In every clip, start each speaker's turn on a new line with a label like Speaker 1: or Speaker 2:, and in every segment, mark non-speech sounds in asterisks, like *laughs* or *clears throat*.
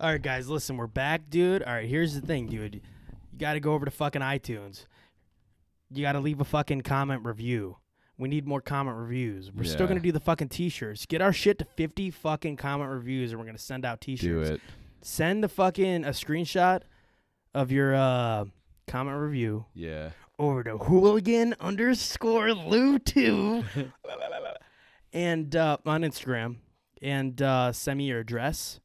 Speaker 1: All right, guys, listen, we're back, dude. All right, here's the thing, dude. You got to go over to fucking iTunes. You got to leave a fucking comment review. We need more comment reviews. We're still
Speaker 2: Yeah.
Speaker 1: going to do the fucking t shirts. Get our shit to 50 fucking comment reviews and we're going to send out t
Speaker 2: Do
Speaker 1: shirts.
Speaker 2: it.
Speaker 1: Send the fucking a screenshot of your uh, comment review
Speaker 2: Yeah.
Speaker 1: over to hooligan underscore Lou two, and uh, on Instagram, and uh, send me your address,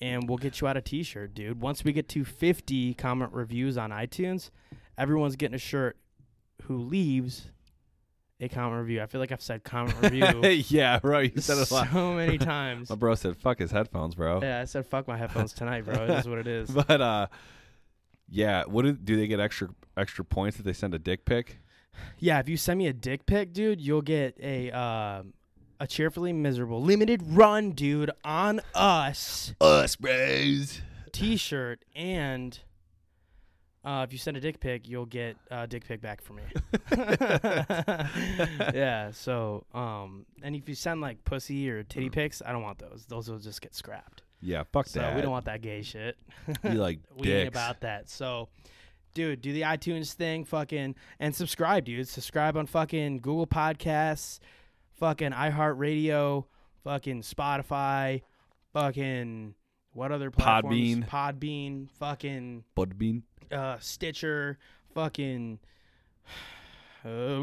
Speaker 1: and we'll get you out a T-shirt, dude. Once we get to fifty comment reviews on iTunes, everyone's getting a shirt. Who leaves a comment review? I feel like I've said comment
Speaker 2: *laughs*
Speaker 1: review
Speaker 2: *laughs* yeah,
Speaker 1: *laughs*
Speaker 2: bro. You said it a lot.
Speaker 1: so many times.
Speaker 2: *laughs* My bro said, "Fuck his headphones, bro."
Speaker 1: Yeah, I said fuck my headphones tonight, bro. It is what it is.
Speaker 2: *laughs* But uh, yeah. What do, do they get extra extra points if they send a dick pic?
Speaker 1: Yeah, if you send me a dick pic, dude, you'll get a um a cheerfully miserable limited run, dude, on us
Speaker 2: Us, bros.
Speaker 1: T-shirt, and uh, if you send a dick pic, you'll get a dick pic back
Speaker 2: *laughs*
Speaker 1: from me. *laughs* yeah. So, um, and if you send like pussy or titty pics, I don't want those. Those will just get scrapped.
Speaker 2: Yeah, Mm. fuck
Speaker 1: So
Speaker 2: that.
Speaker 1: we don't want that gay shit. *laughs*
Speaker 2: you like dicks.
Speaker 1: we ain't about that. So, dude, do the iTunes thing, fucking, and subscribe, dude. Subscribe on fucking Google Podcasts, fucking iHeartRadio, fucking Spotify, fucking what other platforms?
Speaker 2: Podbean.
Speaker 1: Podbean, fucking
Speaker 2: Bud bean.
Speaker 1: uh, Stitcher, fucking. *sighs* do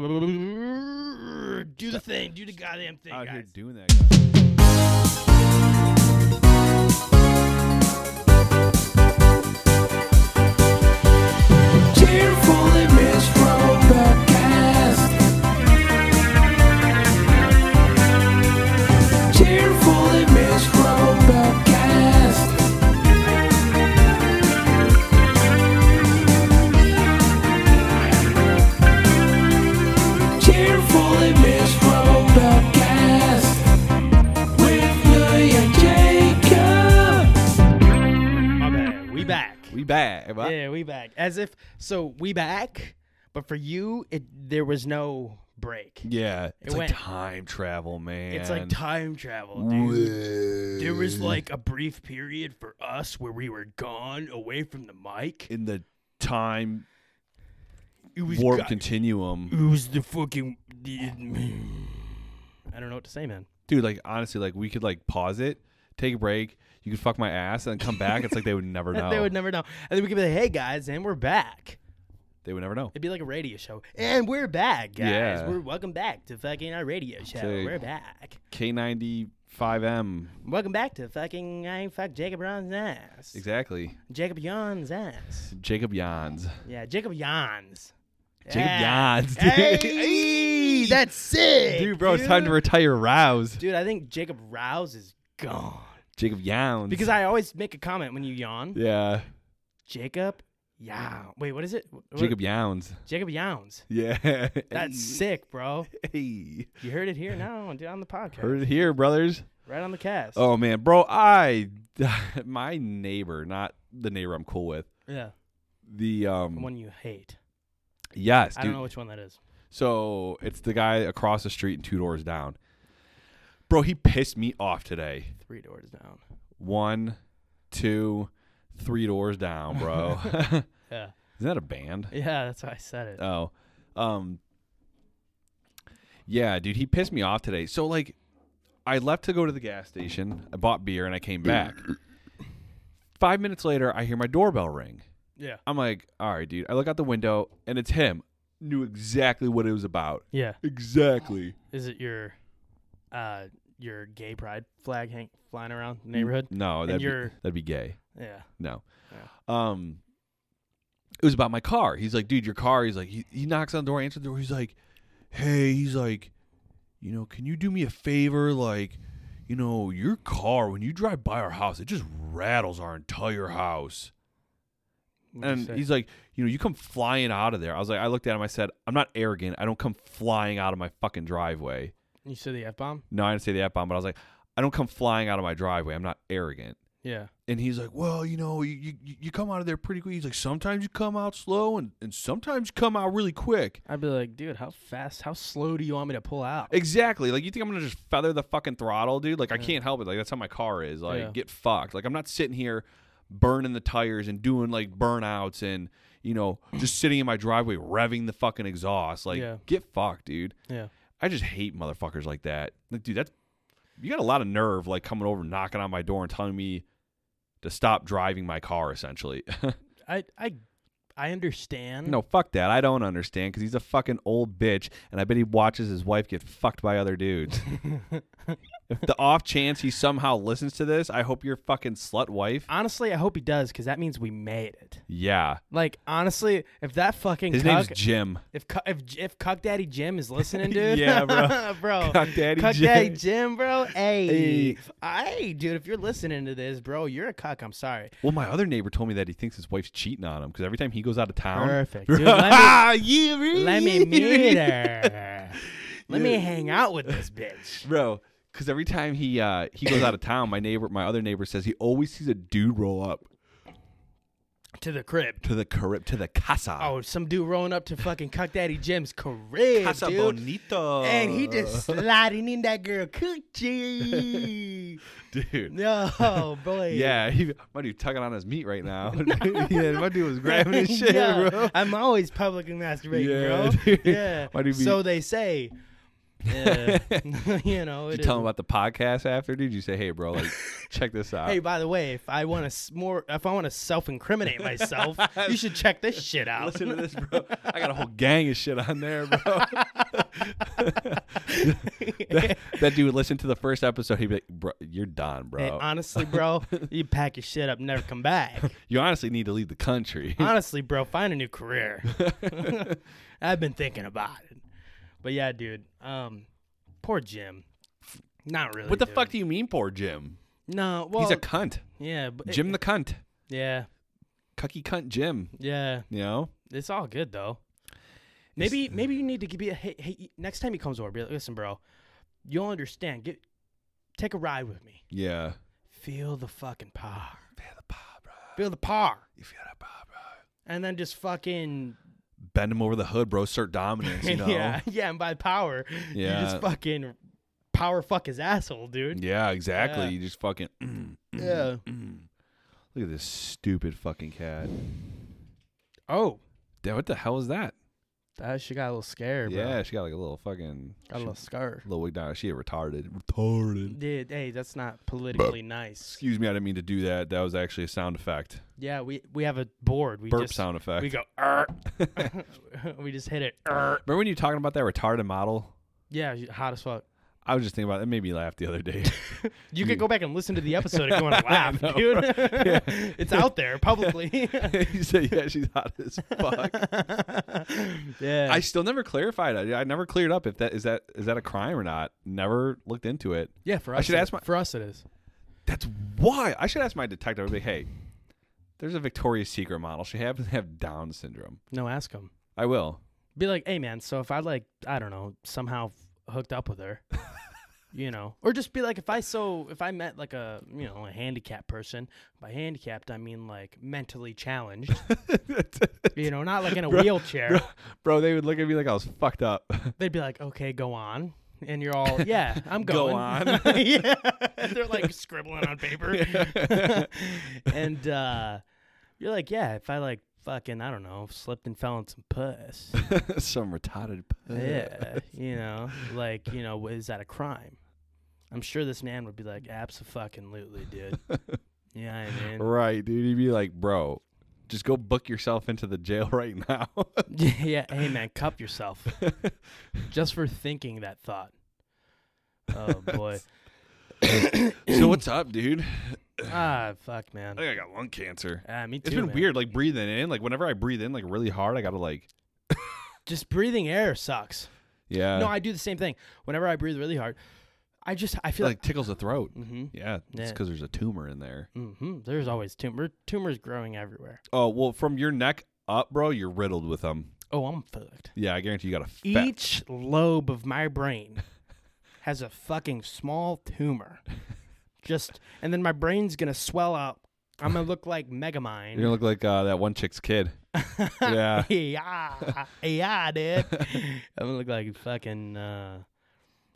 Speaker 1: the thing, do the goddamn thing,
Speaker 2: Out
Speaker 1: guys.
Speaker 2: here doing that. Guys.
Speaker 3: Cheerfully Miserable Podcast. Cheerfully Miserable Podcast. Cheerfully Miserable Podcast. With Louie and Jacob.
Speaker 1: My bad. We back.
Speaker 2: We back. What?
Speaker 1: Yeah, we back. As if so, we back. But for you, it there was no break.
Speaker 2: Yeah, it's like
Speaker 1: went.
Speaker 2: time travel, man.
Speaker 1: It's like time travel, dude. There was like a brief period for us where we were gone away from the mic.
Speaker 2: in the time
Speaker 1: It was,
Speaker 2: warp
Speaker 1: got-
Speaker 2: continuum,
Speaker 1: it was the fucking. I don't know what to say, man. *laughs*
Speaker 2: dude. Like honestly, like we could like pause it, take a break. You could fuck my ass and then come back. It's like they would never
Speaker 1: *laughs*
Speaker 2: know.
Speaker 1: They would never know. And then we could be like, hey guys, and we're back.
Speaker 2: They would never know.
Speaker 1: It'd be like a radio show. And we're back, guys.
Speaker 2: Yeah.
Speaker 1: We're welcome back to fucking our radio show.
Speaker 2: Say-
Speaker 1: We're back.
Speaker 2: K ninety five M
Speaker 1: Welcome back to fucking I ain't fuck Jacob Ron's ass.
Speaker 2: exactly.
Speaker 1: Jacob Yon's ass.
Speaker 2: Jacob Yans.
Speaker 1: Yeah, Jacob Yon's.
Speaker 2: Jacob
Speaker 1: Yeah.
Speaker 2: Yons, dude. *laughs*
Speaker 1: Hey,
Speaker 2: Hey.
Speaker 1: that's sick,
Speaker 2: Dude, bro, it's time to retire. Rouse.
Speaker 1: Dude, I think Jacob Rouse is gone
Speaker 2: Jacob Yans.
Speaker 1: because I always make a comment when you yawn.
Speaker 2: yeah,
Speaker 1: Jacob. Yeah. Wait, what is it? What-
Speaker 2: Jacob Yowns.
Speaker 1: Jacob Yowns.
Speaker 2: Yeah, *laughs*
Speaker 1: That's sick, bro.
Speaker 2: Hey.
Speaker 1: You heard it here now, dude, on the podcast,
Speaker 2: heard it here, brothers.
Speaker 1: right on the cast.
Speaker 2: Oh man, bro, I *laughs* my neighbor, not the neighbor I'm cool with.
Speaker 1: yeah.
Speaker 2: The
Speaker 1: The
Speaker 2: um
Speaker 1: one you hate.
Speaker 2: yes,
Speaker 1: I
Speaker 2: dude.
Speaker 1: don't know which one that is.
Speaker 2: So, it's the guy across the street and two doors down. Bro, he pissed me off today.
Speaker 1: Three doors down.
Speaker 2: One, two, three doors down, bro. *laughs* Isn't
Speaker 1: Yeah.
Speaker 2: that a band?
Speaker 1: Yeah, that's why I said it.
Speaker 2: Oh. Um Yeah, dude, he pissed me off today. So like I left to go to the gas station, I bought beer and I came back. 5 minutes later, I hear my doorbell ring.
Speaker 1: yeah.
Speaker 2: I'm like, "All right, dude." I look out the window and it's him. Knew exactly what it was about.
Speaker 1: Yeah.
Speaker 2: Exactly.
Speaker 1: Is it your uh your gay pride flag hang- flying around the neighborhood?
Speaker 2: No, that'd be,
Speaker 1: you're-
Speaker 2: that'd be gay.
Speaker 1: Yeah.
Speaker 2: No. Um it was about my car. He's like, dude, your car. He's like, he, he knocks on the door, answers the door. He's like, hey, he's like, you know, can you do me a favor? Like, you know, your car, when you drive by our house, it just rattles our entire house.
Speaker 1: What'd you
Speaker 2: And
Speaker 1: say?
Speaker 2: he's like, you know, you come flying out of there. I was like, I looked at him, I said, I'm not arrogant. I don't come flying out of my fucking driveway.
Speaker 1: you said the F bomb?
Speaker 2: No, I didn't say the F bomb, but I was like, I don't come flying out of my driveway. I'm not arrogant.
Speaker 1: Yeah.
Speaker 2: and he's like, "Well, you know, you, you you come out of there pretty quick." He's like, "Sometimes you come out slow, and and sometimes you come out really quick."
Speaker 1: I'd be like, dude, how fast, how slow do you want me to pull out?
Speaker 2: Exactly. Like you think I'm gonna just feather the fucking throttle, dude? Like I can't help it. Like that's how my car is. Like
Speaker 1: Yeah.
Speaker 2: get fucked. Like I'm not sitting here burning the tires and doing like burnouts and you know just sitting in my driveway revving the fucking exhaust. Like
Speaker 1: Yeah.
Speaker 2: get fucked, dude.
Speaker 1: yeah.
Speaker 2: I just hate motherfuckers like that. Like dude, that's you got a lot of nerve like coming over, knocking on my door, and telling me to stop driving my car. Essentially. *laughs*
Speaker 1: I I I understand.
Speaker 2: Mm-hmm. No, fuck that. I don't understand because he's a fucking old bitch, and I bet he watches his wife get fucked by
Speaker 1: *laughs*
Speaker 2: other dudes. if the off chance he somehow listens to this, I hope your fucking slut wife.
Speaker 1: Honestly, I hope he does because that means we made it.
Speaker 2: Yeah,
Speaker 1: Like honestly, if that fucking
Speaker 2: his name's
Speaker 1: cuck,
Speaker 2: Jim.
Speaker 1: if cu- if J- if Cuck Daddy Jim is
Speaker 2: *laughs*
Speaker 1: listening, dude,
Speaker 2: Yeah, bro.
Speaker 1: *laughs* bro,
Speaker 2: Cuck Daddy
Speaker 1: Cuck
Speaker 2: Jim.
Speaker 1: Daddy Jim, bro, hey,
Speaker 2: Hey.
Speaker 1: hey, dude, if you're listening to this, bro, you're a cuck. I'm sorry.
Speaker 2: Well, my other neighbor told me that he thinks his wife's cheating on him because every time he goes out of town. *laughs*
Speaker 1: Perfect, dude. Let
Speaker 2: yeah,
Speaker 1: me
Speaker 2: really?
Speaker 1: let me *laughs*
Speaker 2: *laughs*
Speaker 1: meet her. Let me hang out with this bitch.
Speaker 2: bro. Because every time he uh, he goes out of town, my neighbor, my other neighbor says he always sees a dude roll up
Speaker 1: To the crib.
Speaker 2: to the Carib to the casa.
Speaker 1: Oh, some dude rolling up to fucking Cuck Daddy Jim's crib,
Speaker 2: casa
Speaker 1: dude.
Speaker 2: bonito.
Speaker 1: And he
Speaker 2: *laughs*
Speaker 1: just sliding in that girl
Speaker 2: *laughs*
Speaker 1: coochie.
Speaker 2: dude.
Speaker 1: No, boy.
Speaker 2: *laughs* Yeah, he might be tugging on his meat right *laughs* now. yeah, my dude was grabbing
Speaker 1: *laughs*
Speaker 2: *laughs* his shit,
Speaker 1: Yeah,
Speaker 2: bro.
Speaker 1: I'm always publicly masturbating,
Speaker 2: Yeah,
Speaker 1: bro.
Speaker 2: dude.
Speaker 1: Yeah.
Speaker 2: Why do you be-
Speaker 1: so they
Speaker 2: *laughs*
Speaker 1: say. Yeah. *laughs* you know. it
Speaker 2: Did you tell him
Speaker 1: is-
Speaker 2: about the podcast after, dude? You say, hey, bro, *laughs* like, check this out.
Speaker 1: Hey, by the way, if I want to more, if I want to self-incriminate
Speaker 2: *laughs*
Speaker 1: myself, you should check this shit out.
Speaker 2: listen to this, bro. *laughs* I got a whole gang of shit on there, *laughs* bro. that, that dude would listen to the first episode. He'd be like, bro, you're done,
Speaker 1: Hey,
Speaker 2: bro.
Speaker 1: honestly,
Speaker 2: *laughs*
Speaker 1: bro, you pack your shit up, never come back.
Speaker 2: you honestly need to leave the country.
Speaker 1: honestly, bro, find a new career. *laughs* I've been thinking about it. But yeah, dude. Um, poor Jim. Not really.
Speaker 2: *laughs* what the
Speaker 1: dude.
Speaker 2: fuck do you mean, poor Jim?
Speaker 1: No. Well,
Speaker 2: He's a cunt.
Speaker 1: yeah, but
Speaker 2: Jim the cunt.
Speaker 1: yeah,
Speaker 2: Cucky cunt Jim,
Speaker 1: yeah.
Speaker 2: you know?
Speaker 1: It's all good though. Maybe maybe you need to be a hey, hey next time he comes over, be like, listen, bro, you'll understand. Get take a ride with me.
Speaker 2: Yeah.
Speaker 1: Feel the fucking power.
Speaker 2: Feel the power, bro.
Speaker 1: Feel the power.
Speaker 2: You feel the power, bro.
Speaker 1: And then just fucking
Speaker 2: bend him over the hood, bro. Assert dominance, *laughs* you know.
Speaker 1: *laughs* yeah, yeah, and by power, you
Speaker 2: Yeah.
Speaker 1: just fucking power fuck his asshole, dude.
Speaker 2: Yeah, exactly.
Speaker 1: Yeah.
Speaker 2: You just fucking. *clears throat* Mm.
Speaker 1: Yeah.
Speaker 2: Look at this stupid fucking cat.
Speaker 1: Oh,
Speaker 2: Damn, what the hell is that?
Speaker 1: that she got a little scared, bro.
Speaker 2: Yeah, she got like a little fucking
Speaker 1: Got a little scar.
Speaker 2: little wig down. She retarded. Retarded.
Speaker 1: Dude, hey, that's not politically nice.
Speaker 2: Excuse me, I didn't mean to do that. That was actually a sound effect.
Speaker 1: Yeah, we we have a board. We
Speaker 2: Burp
Speaker 1: just,
Speaker 2: sound effect.
Speaker 1: We go.
Speaker 2: *laughs*
Speaker 1: "Arr." *laughs* we just hit it. "Arr."
Speaker 2: Remember when you were talking about that retarded model?
Speaker 1: Yeah, you- hot as fuck.
Speaker 2: I was just thinking about it. It made me laugh the
Speaker 1: *laughs*
Speaker 2: other day. *laughs*
Speaker 1: You could go back and listen to the episode if you want to laugh,
Speaker 2: know,
Speaker 1: dude.
Speaker 2: right? *laughs* Yeah.
Speaker 1: *laughs* it's out there
Speaker 2: *laughs*
Speaker 1: publicly. *laughs*
Speaker 2: you said, yeah, she's hot as fuck.
Speaker 1: yeah.
Speaker 2: I still never clarified. I, I never cleared up if that is that is that a crime or not. Never looked into it.
Speaker 1: yeah, for
Speaker 2: I
Speaker 1: us.
Speaker 2: should
Speaker 1: it-
Speaker 2: ask my-
Speaker 1: for us it is.
Speaker 2: That's why I should ask my detective. I'd be like, hey, there's a Victoria's Secret model. She happens to have Down syndrome.
Speaker 1: No, ask him.
Speaker 2: I will.
Speaker 1: Be like, hey man, so if I like, I don't know, somehow f- hooked up with
Speaker 2: *laughs*
Speaker 1: her, you know, or just be like, if I so if I met like a you know a handicapped person. By handicapped, I mean like mentally
Speaker 2: *laughs*
Speaker 1: challenged. you know, not like in a wheelchair.
Speaker 2: Bro, bro, they would look at me like I was fucked up. *laughs*
Speaker 1: They'd be like, okay, go on. And you're all, yeah, I'm
Speaker 2: Go
Speaker 1: going.
Speaker 2: on.
Speaker 1: *laughs* yeah. They're
Speaker 2: *laughs*
Speaker 1: like scribbling on paper. *laughs* and uh, you're like, yeah, if I like fucking, I don't know, slipped and fell on some puss.
Speaker 2: Some retarded. puss. *laughs*
Speaker 1: yeah. You know, like, you know, is that a crime? I'm sure this man would be like, absolutely,
Speaker 2: *laughs*
Speaker 1: dude. Yeah, I mean,
Speaker 2: Right, dude. He'd be like, bro, just go book yourself into the jail *laughs* right now.
Speaker 1: *laughs* yeah, hey man, cup yourself
Speaker 2: *laughs*
Speaker 1: just for thinking that thought. Oh
Speaker 2: *laughs*
Speaker 1: boy,
Speaker 2: so what's up, dude?
Speaker 1: *coughs* ah, fuck, man.
Speaker 2: I think I got lung cancer.
Speaker 1: Ah, me too.
Speaker 2: It's been
Speaker 1: man.
Speaker 2: weird, like breathing in. Like whenever I breathe in, like really hard, I gotta like,
Speaker 1: Just breathing air sucks.
Speaker 2: yeah,
Speaker 1: no, I do the same thing. Whenever I breathe really hard, I just I feel
Speaker 2: like tickles the throat.
Speaker 1: like mm-hmm,
Speaker 2: Yeah, it's
Speaker 1: Yeah.
Speaker 2: because there's a tumor in there.
Speaker 1: mm-hmm, there's always tumor tumors growing everywhere.
Speaker 2: Oh well, from your neck up, bro, you're riddled with them.
Speaker 1: Oh, I'm fucked.
Speaker 2: Yeah, I guarantee you got a fat.
Speaker 1: Each
Speaker 2: *laughs*
Speaker 1: lobe of my brain has a fucking small tumor Just and then my brain's gonna swell up. I'm gonna look like Megamind.
Speaker 2: You're gonna look like uh, that one chick's *laughs* kid.
Speaker 1: *laughs*
Speaker 2: yeah.
Speaker 1: yeah, yeah, dude.
Speaker 2: *laughs*
Speaker 1: I'm gonna look like fucking uh,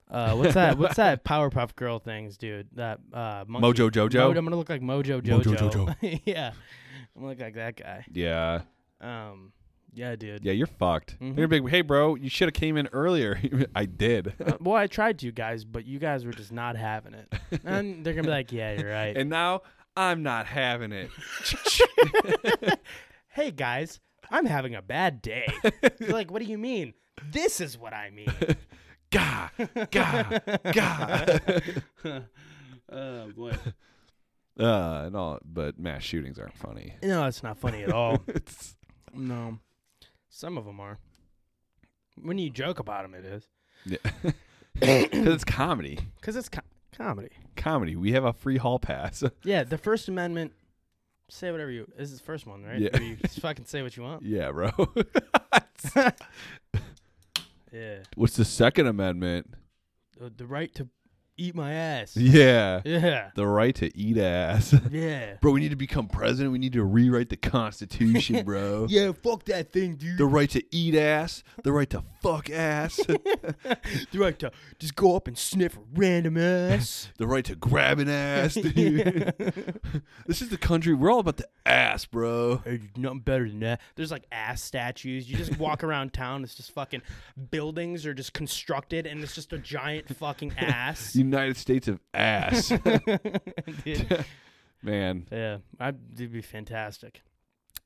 Speaker 1: uh, what's that? What's
Speaker 2: *laughs*
Speaker 1: that Powerpuff Girl things, dude? That uh, monkey-
Speaker 2: Mojo Jojo?
Speaker 1: Mo- I'm gonna look like Mojo
Speaker 2: Mojo
Speaker 1: Jojo. *laughs* yeah, I'm gonna look like that guy.
Speaker 2: Yeah.
Speaker 1: Um, yeah, dude.
Speaker 2: Yeah, you're fucked.
Speaker 1: Mhm.
Speaker 2: You're big. Hey, bro, you should have came in earlier. *laughs* I did.
Speaker 1: Uh, well, I tried to, guys, but you guys were just not having
Speaker 2: *laughs*
Speaker 1: it. And they're gonna be like, "Yeah, you're right."
Speaker 2: and now I'm not having *laughs* it.
Speaker 1: hey, guys, I'm having a bad day. you're like, "What do you mean?" This is what I
Speaker 2: *laughs*
Speaker 1: mean. *laughs*
Speaker 2: Gah, gah, gah. *laughs*
Speaker 1: oh boy.
Speaker 2: Uh, and all, but mass shootings aren't funny.
Speaker 1: No, it's not funny at all.
Speaker 2: *laughs* It's-
Speaker 1: no. Some of them are. When you joke about them, it is.
Speaker 2: yeah. *laughs* 'Cause it's comedy.
Speaker 1: Because it's co- comedy.
Speaker 2: Comedy. We have a free hall pass. *laughs*
Speaker 1: Yeah, the First Amendment, say whatever you. This is the first one, right?
Speaker 2: Yeah.
Speaker 1: Where you just fucking say what you want.
Speaker 2: *laughs* yeah, bro.
Speaker 1: Yeah.
Speaker 2: What's the Second Amendment?
Speaker 1: The, the right to eat my ass.
Speaker 2: Yeah.
Speaker 1: Yeah.
Speaker 2: The right to eat ass. *laughs*
Speaker 1: Yeah.
Speaker 2: Bro, we need to become president. We need to rewrite the
Speaker 1: *laughs*
Speaker 2: Constitution, bro.
Speaker 1: Yeah, fuck that thing, dude.
Speaker 2: The right to eat ass. The right to fuck ass.
Speaker 1: *laughs* The right to uh, just go up and sniff a random ass.
Speaker 2: the right to grab an ass, dude. *laughs* this is the country. We're all about the ass, bro.
Speaker 1: *laughs* Hey, there's nothing better than that. There's like ass statues. You just *laughs* walk around town. It's just fucking buildings are just constructed, and it's just a giant *laughs* fucking ass.
Speaker 2: United States of
Speaker 1: *laughs*
Speaker 2: ass.
Speaker 1: Dude.
Speaker 2: Man,
Speaker 1: yeah, that'd be fantastic.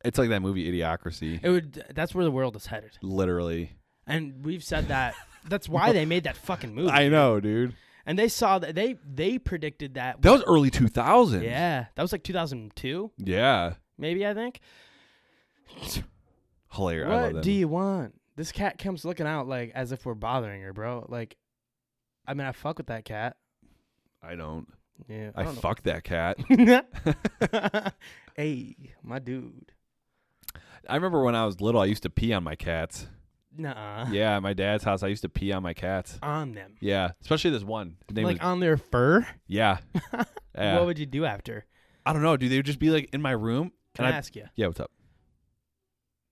Speaker 2: it's like that movie Idiocracy.
Speaker 1: It would. That's where the world is headed,
Speaker 2: Literally.
Speaker 1: and we've said that. That's why they made that fucking movie.
Speaker 2: I know, dude.
Speaker 1: and they saw that they they predicted that.
Speaker 2: That was early 2000s.
Speaker 1: yeah, that was like 2002,
Speaker 2: Yeah.
Speaker 1: maybe I think.
Speaker 2: Hilarious. I love
Speaker 1: What
Speaker 2: that.
Speaker 1: do you want? This cat comes looking out like as if we're bothering her, bro. Like, I mean, I fuck with that cat.
Speaker 2: I don't.
Speaker 1: Yeah,
Speaker 2: I,
Speaker 1: don't know.
Speaker 2: fuck that cat.
Speaker 1: *laughs*
Speaker 2: *laughs*
Speaker 1: hey, my dude.
Speaker 2: I remember when I was little, I used to pee on
Speaker 1: *laughs*
Speaker 2: my cats.
Speaker 1: Nah.
Speaker 2: Yeah, at my dad's house, I used to pee on my cats.
Speaker 1: On them.
Speaker 2: Yeah, especially this one. His name
Speaker 1: like
Speaker 2: was-
Speaker 1: on their fur? *laughs*
Speaker 2: yeah. yeah.
Speaker 1: What would you do after?
Speaker 2: I don't know, dude. They would just be like in my room.
Speaker 1: Can
Speaker 2: and
Speaker 1: I
Speaker 2: I'd-
Speaker 1: ask you,
Speaker 2: Yeah, what's up?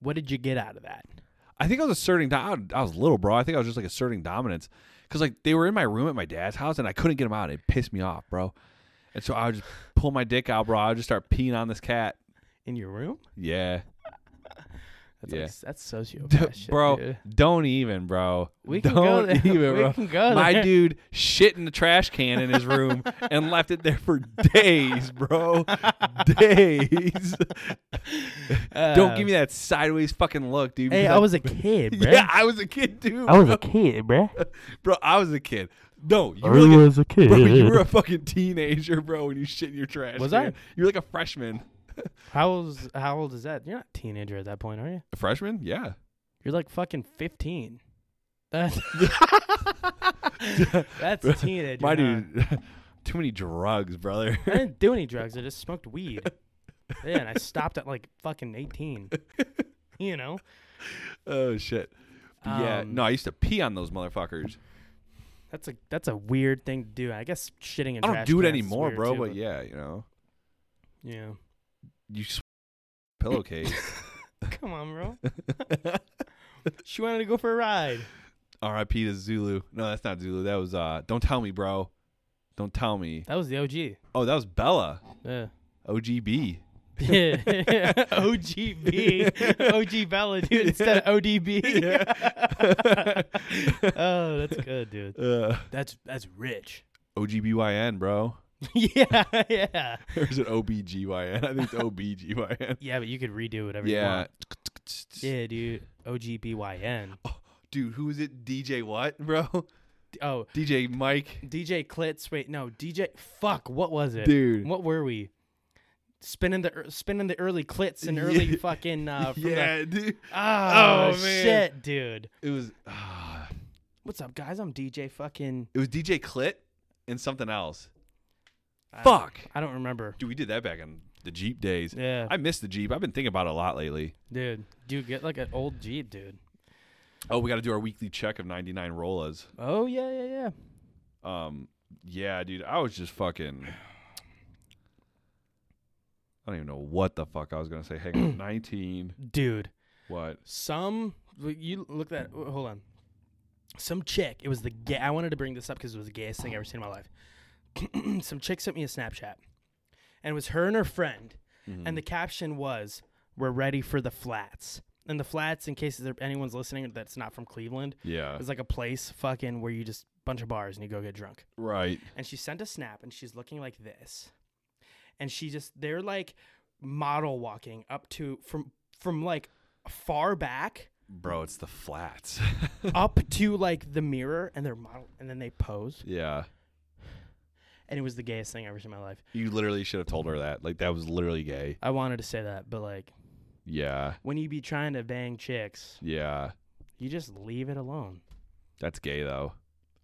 Speaker 1: what did you get out of that?
Speaker 2: I think I was asserting. do- I I was little, bro. I think I was just like asserting dominance because like they were in my room at my dad's house and I couldn't get them out. It pissed me off, bro. And so I would just pull my dick out, bro. I would just start peeing on this cat.
Speaker 1: In your room?
Speaker 2: Yeah,
Speaker 1: That's
Speaker 2: Yeah.
Speaker 1: like, that's sociopath shit,
Speaker 2: *laughs* bro.
Speaker 1: dude.
Speaker 2: Don't even, bro.
Speaker 1: We can go
Speaker 2: don't
Speaker 1: there.
Speaker 2: *laughs* even,
Speaker 1: we
Speaker 2: bro.
Speaker 1: can go
Speaker 2: my
Speaker 1: Oh, there.
Speaker 2: dude shit in the trash can in his room and left it there for days, bro.
Speaker 1: *laughs*
Speaker 2: days. Don't give me that sideways fucking look, dude.
Speaker 1: Hey,
Speaker 2: because
Speaker 1: I was a
Speaker 2: *laughs*
Speaker 1: kid, bro.
Speaker 2: Yeah, I was a kid, dude.
Speaker 1: I was a kid, bro.
Speaker 2: Bro, I was a kid. No, you were like a,
Speaker 1: a kid.
Speaker 2: *laughs* bro, you were a fucking teenager, bro, when you shit in your trash.
Speaker 1: Was
Speaker 2: can.
Speaker 1: I?
Speaker 2: You're like a freshman.
Speaker 1: how old? How old is that? You're not a teenager at that point, are you?
Speaker 2: A freshman? *laughs* Yeah.
Speaker 1: You're like fucking 15. *laughs* That's, that's
Speaker 2: *laughs* Bro,
Speaker 1: teenager.
Speaker 2: My
Speaker 1: huh?
Speaker 2: dude, *laughs* too many drugs, brother.
Speaker 1: I
Speaker 2: *laughs*
Speaker 1: didn't do any drugs. I just smoked weed. yeah, and I stopped at like fucking 18. You know?
Speaker 2: *laughs* oh shit. But yeah.
Speaker 1: Um,
Speaker 2: No, I used to pee on those motherfuckers.
Speaker 1: That's a that's a weird thing to do. I guess shitting in
Speaker 2: I don't
Speaker 1: trash
Speaker 2: do it
Speaker 1: cans is
Speaker 2: anymore,
Speaker 1: weird
Speaker 2: bro.
Speaker 1: too,
Speaker 2: but, yeah, you know,
Speaker 1: yeah.
Speaker 2: you sw-
Speaker 1: *laughs*
Speaker 2: pillowcase.
Speaker 1: Come on, bro. she wanted to go for a ride.
Speaker 2: R.I.P. to Zulu. No, that's not Zulu. That was uh. Don't tell me, bro. Don't tell me.
Speaker 1: That was the OG.
Speaker 2: Oh, that was Bella.
Speaker 1: *laughs* Yeah. *laughs*
Speaker 2: OGB.
Speaker 1: Yeah. *laughs* OGB. OG Bella, dude, instead of ODB. *laughs* oh, that's good, dude.
Speaker 2: *laughs* Uh,
Speaker 1: That's that's rich.
Speaker 2: OGBYN, bro.
Speaker 1: *laughs*
Speaker 2: *laughs*
Speaker 1: yeah, yeah.
Speaker 2: Or is it OBGYN? I think it's OBGYN.
Speaker 1: Yeah, but you could redo *laughs* whatever you
Speaker 2: yeah. *laughs*
Speaker 1: want. Yeah, dude. OGBYN.
Speaker 2: Dude, who is it? DJ what, bro? *laughs*
Speaker 1: Oh,
Speaker 2: DJ Mike.
Speaker 1: DJ Klitz. Wait, no, DJ. Fuck, what was it?
Speaker 2: Dude.
Speaker 1: What were we? Spinning the er- spinning the early Klitz and early
Speaker 2: *laughs* Yeah.
Speaker 1: fucking uh, from
Speaker 2: *laughs* yeah, dude.
Speaker 1: The, oh,
Speaker 2: Oh, man.
Speaker 1: shit, dude.
Speaker 2: It was ah,
Speaker 1: What's up, guys? I'm DJ fucking.
Speaker 2: it was DJ Clit and something else.
Speaker 1: I-
Speaker 2: Fuck.
Speaker 1: I don't remember.
Speaker 2: Dude, we did that back in the Jeep days.
Speaker 1: Ah. Yeah,
Speaker 2: I miss the Jeep. I've been thinking about it a lot lately.
Speaker 1: dude. Dude, get like an old Jeep, dude.
Speaker 2: Oh, we got to do our weekly check of 99 Rolas.
Speaker 1: Oh yeah, yeah, yeah.
Speaker 2: Um, yeah, dude, I was just fucking *sighs* I don't even know what the fuck I was gonna say.
Speaker 1: *clears throat*
Speaker 2: Hang on, nineteen.
Speaker 1: dude.
Speaker 2: What?
Speaker 1: Some you look that. Hold on. Some chick. It was the gay. I wanted to bring this up because it was the gayest thing I ever seen in my life. *clears throat* Some chick sent me a Snapchat, and it was her and her friend, and the caption was, "We're ready for the flats." And the flats, in case there, anyone's listening that's not from Cleveland,
Speaker 2: Yeah.
Speaker 1: is like a place fucking where you just bunch of bars and you go get drunk.
Speaker 2: Right.
Speaker 1: and she sent a snap and she's looking like this and she just they're like model walking up to from from like far back
Speaker 2: Bro, it's the flats. *laughs*
Speaker 1: up to like the mirror and they're model and then they pose
Speaker 2: yeah.
Speaker 1: and it was the gayest thing I've ever seen in my life
Speaker 2: You literally should have told her that. Like that was literally gay.
Speaker 1: i wanted to say that but like
Speaker 2: Yeah.
Speaker 1: when you be trying to bang chicks
Speaker 2: Yeah.
Speaker 1: you just leave it alone
Speaker 2: That's gay though.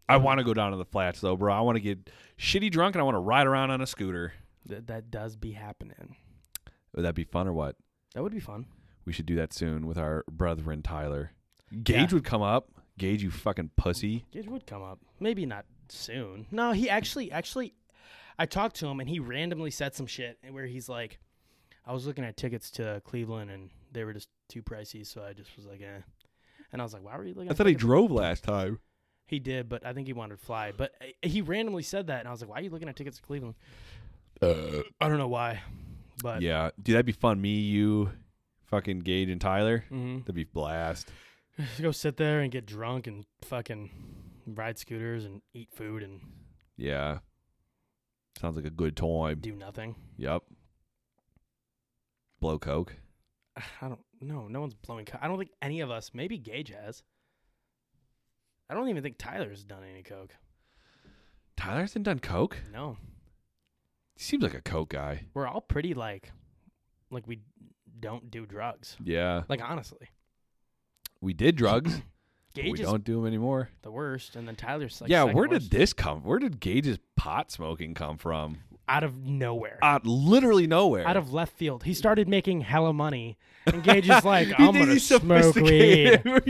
Speaker 2: I want to go down to the flats though, bro. I want to get shitty drunk and I want to ride around on a scooter.
Speaker 1: Th- that does be happening
Speaker 2: Would that be fun or what?
Speaker 1: that would be fun
Speaker 2: We should do that soon with our brethren Tyler. Gage
Speaker 1: Yeah.
Speaker 2: would come up. Gage, you fucking pussy.
Speaker 1: It would come up. Maybe not soon. No, he actually actually I talked to him and he randomly said some shit where he's like I was looking at tickets to Cleveland and they were just too pricey, so I just was like, eh. And I was like, why were you looking?
Speaker 2: I
Speaker 1: at
Speaker 2: thought he
Speaker 1: tickets?"
Speaker 2: drove last time.
Speaker 1: he did, but I think he wanted to fly. But uh, he randomly said that, and I was like, why are you looking at tickets to Cleveland? I don't know why, but
Speaker 2: Uh, yeah, dude, that'd be fun. Me, you, fucking Gage and Tyler.
Speaker 1: Mhm.
Speaker 2: That'd be blast.
Speaker 1: *laughs* go sit there and get drunk and fucking ride scooters and eat food and
Speaker 2: Yeah, sounds like a good time.
Speaker 1: do nothing.
Speaker 2: Yep. Blow coke.
Speaker 1: *sighs* I don't know. No one's blowing. Co- I don't think any of us. Maybe Gage has. I don't even think Tyler's done any coke.
Speaker 2: Tyler hasn't done coke.
Speaker 1: No,
Speaker 2: He seems like a coke guy.
Speaker 1: we're all pretty like, like we don't do drugs.
Speaker 2: Yeah,
Speaker 1: Like honestly,
Speaker 2: we did drugs.
Speaker 1: *clears throat*
Speaker 2: but we
Speaker 1: Gage is
Speaker 2: don't do them anymore.
Speaker 1: the worst, and then Tyler's like
Speaker 2: yeah,
Speaker 1: second
Speaker 2: where
Speaker 1: worst.
Speaker 2: did this come? Where did Gage's pot smoking come from?
Speaker 1: out of nowhere,
Speaker 2: Out literally nowhere.
Speaker 1: out of *laughs* left field. He started making hella money, and Gage
Speaker 2: *laughs*
Speaker 1: is like, I'm
Speaker 2: think
Speaker 1: gonna
Speaker 2: he's
Speaker 1: smoke weed.
Speaker 2: sophisticated. *laughs*
Speaker 1: *laughs*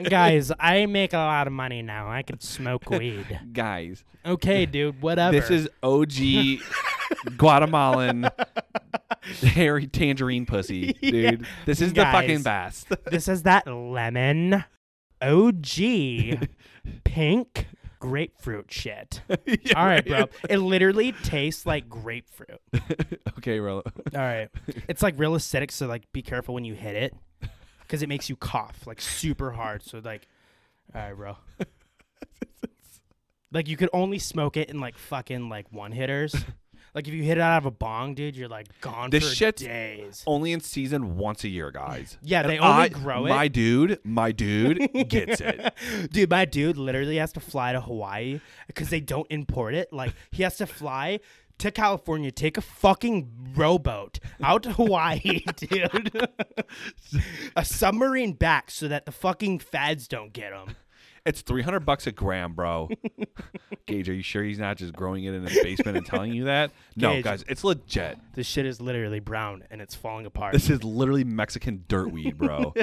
Speaker 2: Yeah.
Speaker 1: Guys, I make a lot of money now. I can smoke weed.
Speaker 2: Guys, *laughs*
Speaker 1: Okay, dude, whatever.
Speaker 2: This is
Speaker 1: *laughs*
Speaker 2: OG Guatemalan hairy tangerine pussy,
Speaker 1: *laughs*
Speaker 2: dude. This is the fucking best.
Speaker 1: This is that lemon
Speaker 2: *laughs*
Speaker 1: OG pink grapefruit shit. All right, bro. It literally tastes like grapefruit. All
Speaker 2: *laughs* okay, bro.
Speaker 1: right. It's like real acidic, so like be careful when you hit it because it makes you cough like super hard. So like, all right,
Speaker 2: *laughs*
Speaker 1: bro. Like you could only smoke it in like fucking like one
Speaker 2: *laughs*
Speaker 1: hitters. Like if you hit it out of a bong, dude, you're like gone
Speaker 2: This
Speaker 1: for
Speaker 2: shit's-
Speaker 1: days.
Speaker 2: Only in season once a year, guys.
Speaker 1: Yeah, they only
Speaker 2: I-
Speaker 1: grow it.
Speaker 2: My dude,
Speaker 1: *laughs*
Speaker 2: my dude gets it.
Speaker 1: dude my dude literally has to fly to hawaii because they don't import it like he has to fly to california take a fucking rowboat out to hawaii *laughs* dude a submarine back so that the fucking fads don't get him
Speaker 2: It's 300 bucks a
Speaker 1: *laughs*
Speaker 2: gram, bro. Gage, are you sure he's not just growing it in his basement and telling
Speaker 1: *laughs*
Speaker 2: you that? No,
Speaker 1: Gage.
Speaker 2: guys, it's legit.
Speaker 1: this shit is literally brown and it's falling apart
Speaker 2: This is literally Mexican dirt
Speaker 1: *laughs*
Speaker 2: weed, bro.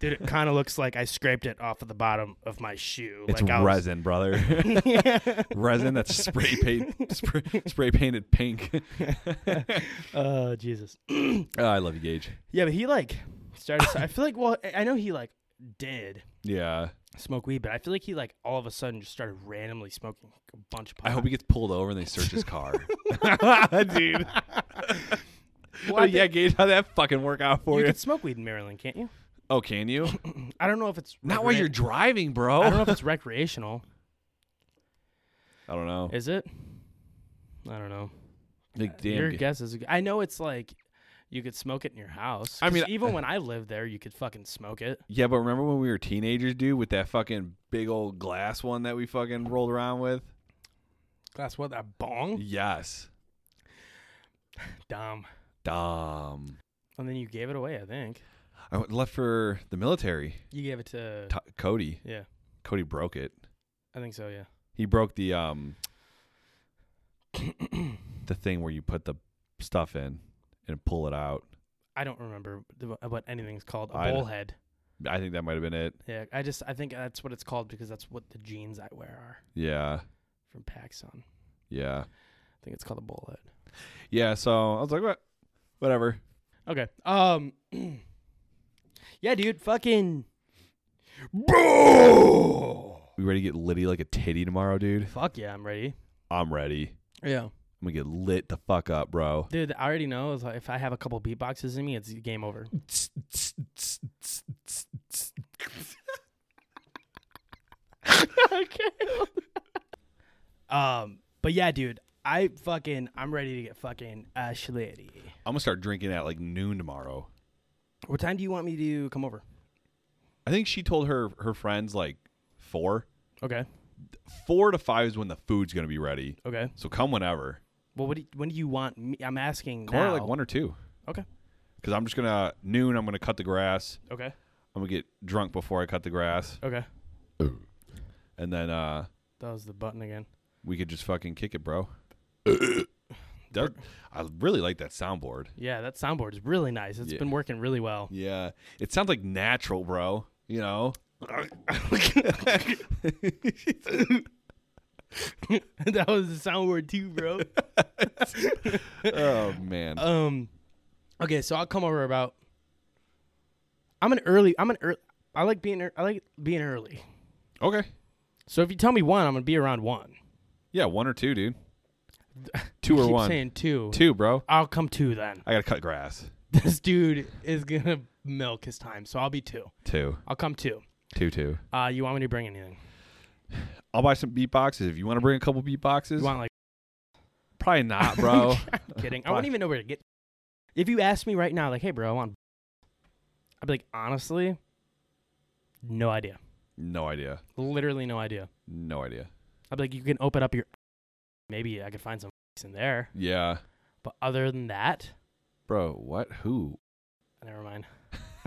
Speaker 1: dude it kind of looks like i scraped it off of the bottom of my shoe
Speaker 2: It's
Speaker 1: like I was- *laughs*
Speaker 2: resin, brother. *laughs* resin that's spray paint, spray, spray painted pink.
Speaker 1: *clears throat*
Speaker 2: *laughs*
Speaker 1: oh jesus *clears throat*
Speaker 2: Oh, I love you, Gage.
Speaker 1: yeah but he like started i feel like well I- i know he like did
Speaker 2: Yeah,
Speaker 1: smoke weed, but I feel like he like all of a sudden just started randomly smoking a bunch of pot.
Speaker 2: I hope he gets pulled over and they search
Speaker 1: *laughs*
Speaker 2: his car, *laughs* dude.
Speaker 1: I
Speaker 2: oh, yeah, Gage, how that fucking work out for
Speaker 1: you
Speaker 2: you?
Speaker 1: can smoke weed in Maryland, can't you?
Speaker 2: Oh, can you?
Speaker 1: I don't know if it's
Speaker 2: Not while
Speaker 1: recrea-
Speaker 2: you're driving, bro.
Speaker 1: I
Speaker 2: *laughs*
Speaker 1: don't know if it's recreational.
Speaker 2: I don't know.
Speaker 1: Is it? I don't know.
Speaker 2: Like, damn,
Speaker 1: your
Speaker 2: Ga-
Speaker 1: guess is. I know it's like you could smoke it in your house.
Speaker 2: I
Speaker 1: 'cause
Speaker 2: mean, *laughs*
Speaker 1: even when I lived there, you could fucking smoke it.
Speaker 2: Yeah, but remember when we were teenagers, dude, with that fucking big old glass one that we fucking rolled around with?
Speaker 1: Glass what? That bong?
Speaker 2: Yes.
Speaker 1: Dumb.
Speaker 2: Dumb.
Speaker 1: And then you gave it away. I think
Speaker 2: I went- left for the military.
Speaker 1: you gave it to.
Speaker 2: T- Cody.
Speaker 1: yeah,
Speaker 2: Cody broke it.
Speaker 1: I think so.
Speaker 2: *coughs*
Speaker 1: Yeah.
Speaker 2: He broke the um the thing where you put the stuff in and pull it out.
Speaker 1: I don't remember th- what anything's called. A
Speaker 2: I don't-
Speaker 1: bullhead.
Speaker 2: I think that might have been it.
Speaker 1: Yeah, I just I think that's what it's called because that's what the jeans I wear are
Speaker 2: Yeah.
Speaker 1: from Paxson.
Speaker 2: Yeah.
Speaker 1: I think it's called a bullet.
Speaker 2: Yeah, so I was like, what? Whatever.
Speaker 1: Okay. Um. *clears throat* yeah, dude. Fucking.
Speaker 2: We ready to get litty like a titty tomorrow, dude?
Speaker 1: Fuck yeah, I'm ready.
Speaker 2: I'm ready.
Speaker 1: Yeah,
Speaker 2: I'm gonna get lit the fuck up, bro.
Speaker 1: dude. I already know if I- if I have a couple beatboxes in me, it's game over. okay. um. But yeah, dude. I fucking. I'm ready to get fucking uh, ash lady.
Speaker 2: I'm gonna start drinking at like noon tomorrow.
Speaker 1: What time do you want me to come over?
Speaker 2: I think she told her her friends like four.
Speaker 1: Okay.
Speaker 2: Four to five is when the food's gonna be ready.
Speaker 1: Okay.
Speaker 2: So come whenever.
Speaker 1: Well, what do you, when do you want me? I'm asking
Speaker 2: Come
Speaker 1: now.
Speaker 2: on, like one or two.
Speaker 1: Okay.
Speaker 2: Cause I'm just gonna noon. I'm gonna cut the grass.
Speaker 1: Okay.
Speaker 2: I'm gonna get drunk before I cut the grass,
Speaker 1: Okay.
Speaker 2: and then uh
Speaker 1: That was the button again.
Speaker 2: we could just fucking kick
Speaker 1: *coughs*
Speaker 2: it, bro. That- I really like that soundboard.
Speaker 1: Yeah, that soundboard is really nice. It's
Speaker 2: Yeah.
Speaker 1: been working really well.
Speaker 2: Yeah, it sounds like natural, bro.
Speaker 1: *coughs*
Speaker 2: You know.
Speaker 1: *laughs* that was the soundboard too, bro. *laughs*
Speaker 2: oh man.
Speaker 1: um, okay, so I'll come over about. I'm an early. I'm an early. I like being. ear- I like being early.
Speaker 2: okay.
Speaker 1: So if you tell me one, I'm gonna be around one.
Speaker 2: Yeah, one or two, dude. Two or
Speaker 1: Keep
Speaker 2: one.
Speaker 1: Saying two.
Speaker 2: Two, bro.
Speaker 1: I'll come two then. *laughs*
Speaker 2: I gotta cut grass.
Speaker 1: This dude is gonna milk his time, so I'll be two.
Speaker 2: Two,
Speaker 1: I'll come two.
Speaker 2: two, two.
Speaker 1: Uh, you want me to bring anything?
Speaker 2: I'll buy some beatboxes if you want to bring a couple beatboxes.
Speaker 1: You want like
Speaker 2: Probably *laughs*
Speaker 1: *laughs*
Speaker 2: not, bro.
Speaker 1: kidding? I wouldn't
Speaker 2: Fine.
Speaker 1: even know where to get. If you asked me right now, like, hey, bro, I want, I'd be like, honestly, no idea.
Speaker 2: no idea.
Speaker 1: Literally no idea.
Speaker 2: No idea.
Speaker 1: I'd be like, you can open up your. Maybe I could find some *laughs* in there,
Speaker 2: Yeah,
Speaker 1: but other than that,
Speaker 2: bro. What? Who? *laughs*
Speaker 1: never mind. *laughs*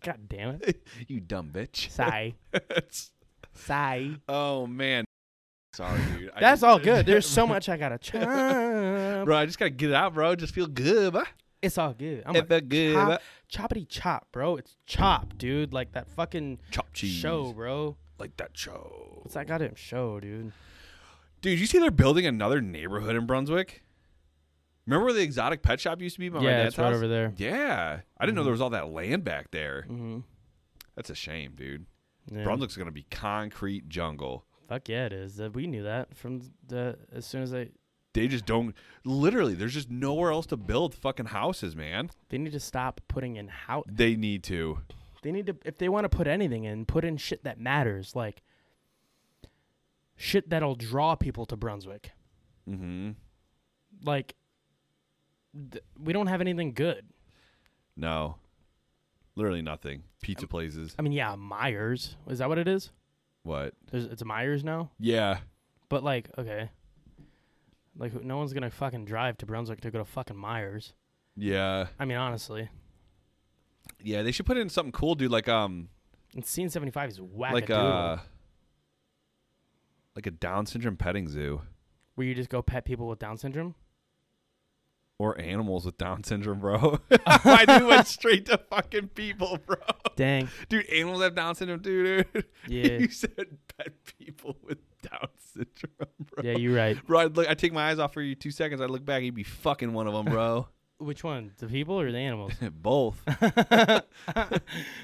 Speaker 1: God damn it!
Speaker 2: you dumb bitch.
Speaker 1: Sigh, sigh.
Speaker 2: *laughs* oh man. Sorry, Oh, dude. I
Speaker 1: That's
Speaker 2: just-
Speaker 1: all good. There's
Speaker 2: *laughs*
Speaker 1: so much I gotta chop.
Speaker 2: Bro, I just gotta get it out, bro. Just feel good, bro.
Speaker 1: It's all good. I'm
Speaker 2: It feel
Speaker 1: like,
Speaker 2: good,
Speaker 1: chop, choppity chop, bro. It's chop, dude. Like that fucking
Speaker 2: Chop cheese.
Speaker 1: show, bro.
Speaker 2: Like that show.
Speaker 1: It's that goddamn show, dude.
Speaker 2: Dude, you see they're building another neighborhood in Brunswick? Remember where the exotic pet shop used to be by my
Speaker 1: yeah,
Speaker 2: dad's
Speaker 1: it's right
Speaker 2: house?
Speaker 1: over there.
Speaker 2: Yeah. I didn't know there was all that land back there.
Speaker 1: Mm-hmm.
Speaker 2: That's a shame, dude.
Speaker 1: Yeah.
Speaker 2: Brunswick's gonna be concrete jungle.
Speaker 1: Fuck yeah, it is. Uh, we knew that from the as soon as I.
Speaker 2: They just don't literally there's just nowhere else to build fucking houses, man.
Speaker 1: They need to stop putting in how
Speaker 2: They need to.
Speaker 1: they need to if they want to put anything in, put in shit that matters, like shit that'll draw people to Brunswick.
Speaker 2: Mm-hmm.
Speaker 1: Like th- we don't have anything good.
Speaker 2: No. Literally nothing. Pizza places.
Speaker 1: I mean, yeah, Myers is that what it is?
Speaker 2: What?
Speaker 1: There's, it's Myers now,
Speaker 2: Yeah.
Speaker 1: but like okay, like who- no one's gonna fucking drive to Brunswick to go to fucking Myers.
Speaker 2: Yeah.
Speaker 1: I mean, honestly,
Speaker 2: Yeah, they should put in something cool, dude, like um
Speaker 1: and scene seventy five is whack.
Speaker 2: like uh, a like a Down syndrome petting zoo
Speaker 1: where you just go pet people with Down *laughs* syndrome.
Speaker 2: or animals with Down syndrome, bro. *laughs* I do went straight to fucking people, bro.
Speaker 1: Dang.
Speaker 2: Dude, animals have Down syndrome, too, dude. *laughs*
Speaker 1: Yeah.
Speaker 2: you said pet people with Down syndrome, *laughs* bro.
Speaker 1: yeah, you're *laughs* right.
Speaker 2: Bro, I'd look, I take my eyes off for you two seconds. I look back, you'd be fucking one of them,
Speaker 1: *laughs*
Speaker 2: bro.
Speaker 1: Which one? The people or the *laughs* animals?
Speaker 2: both.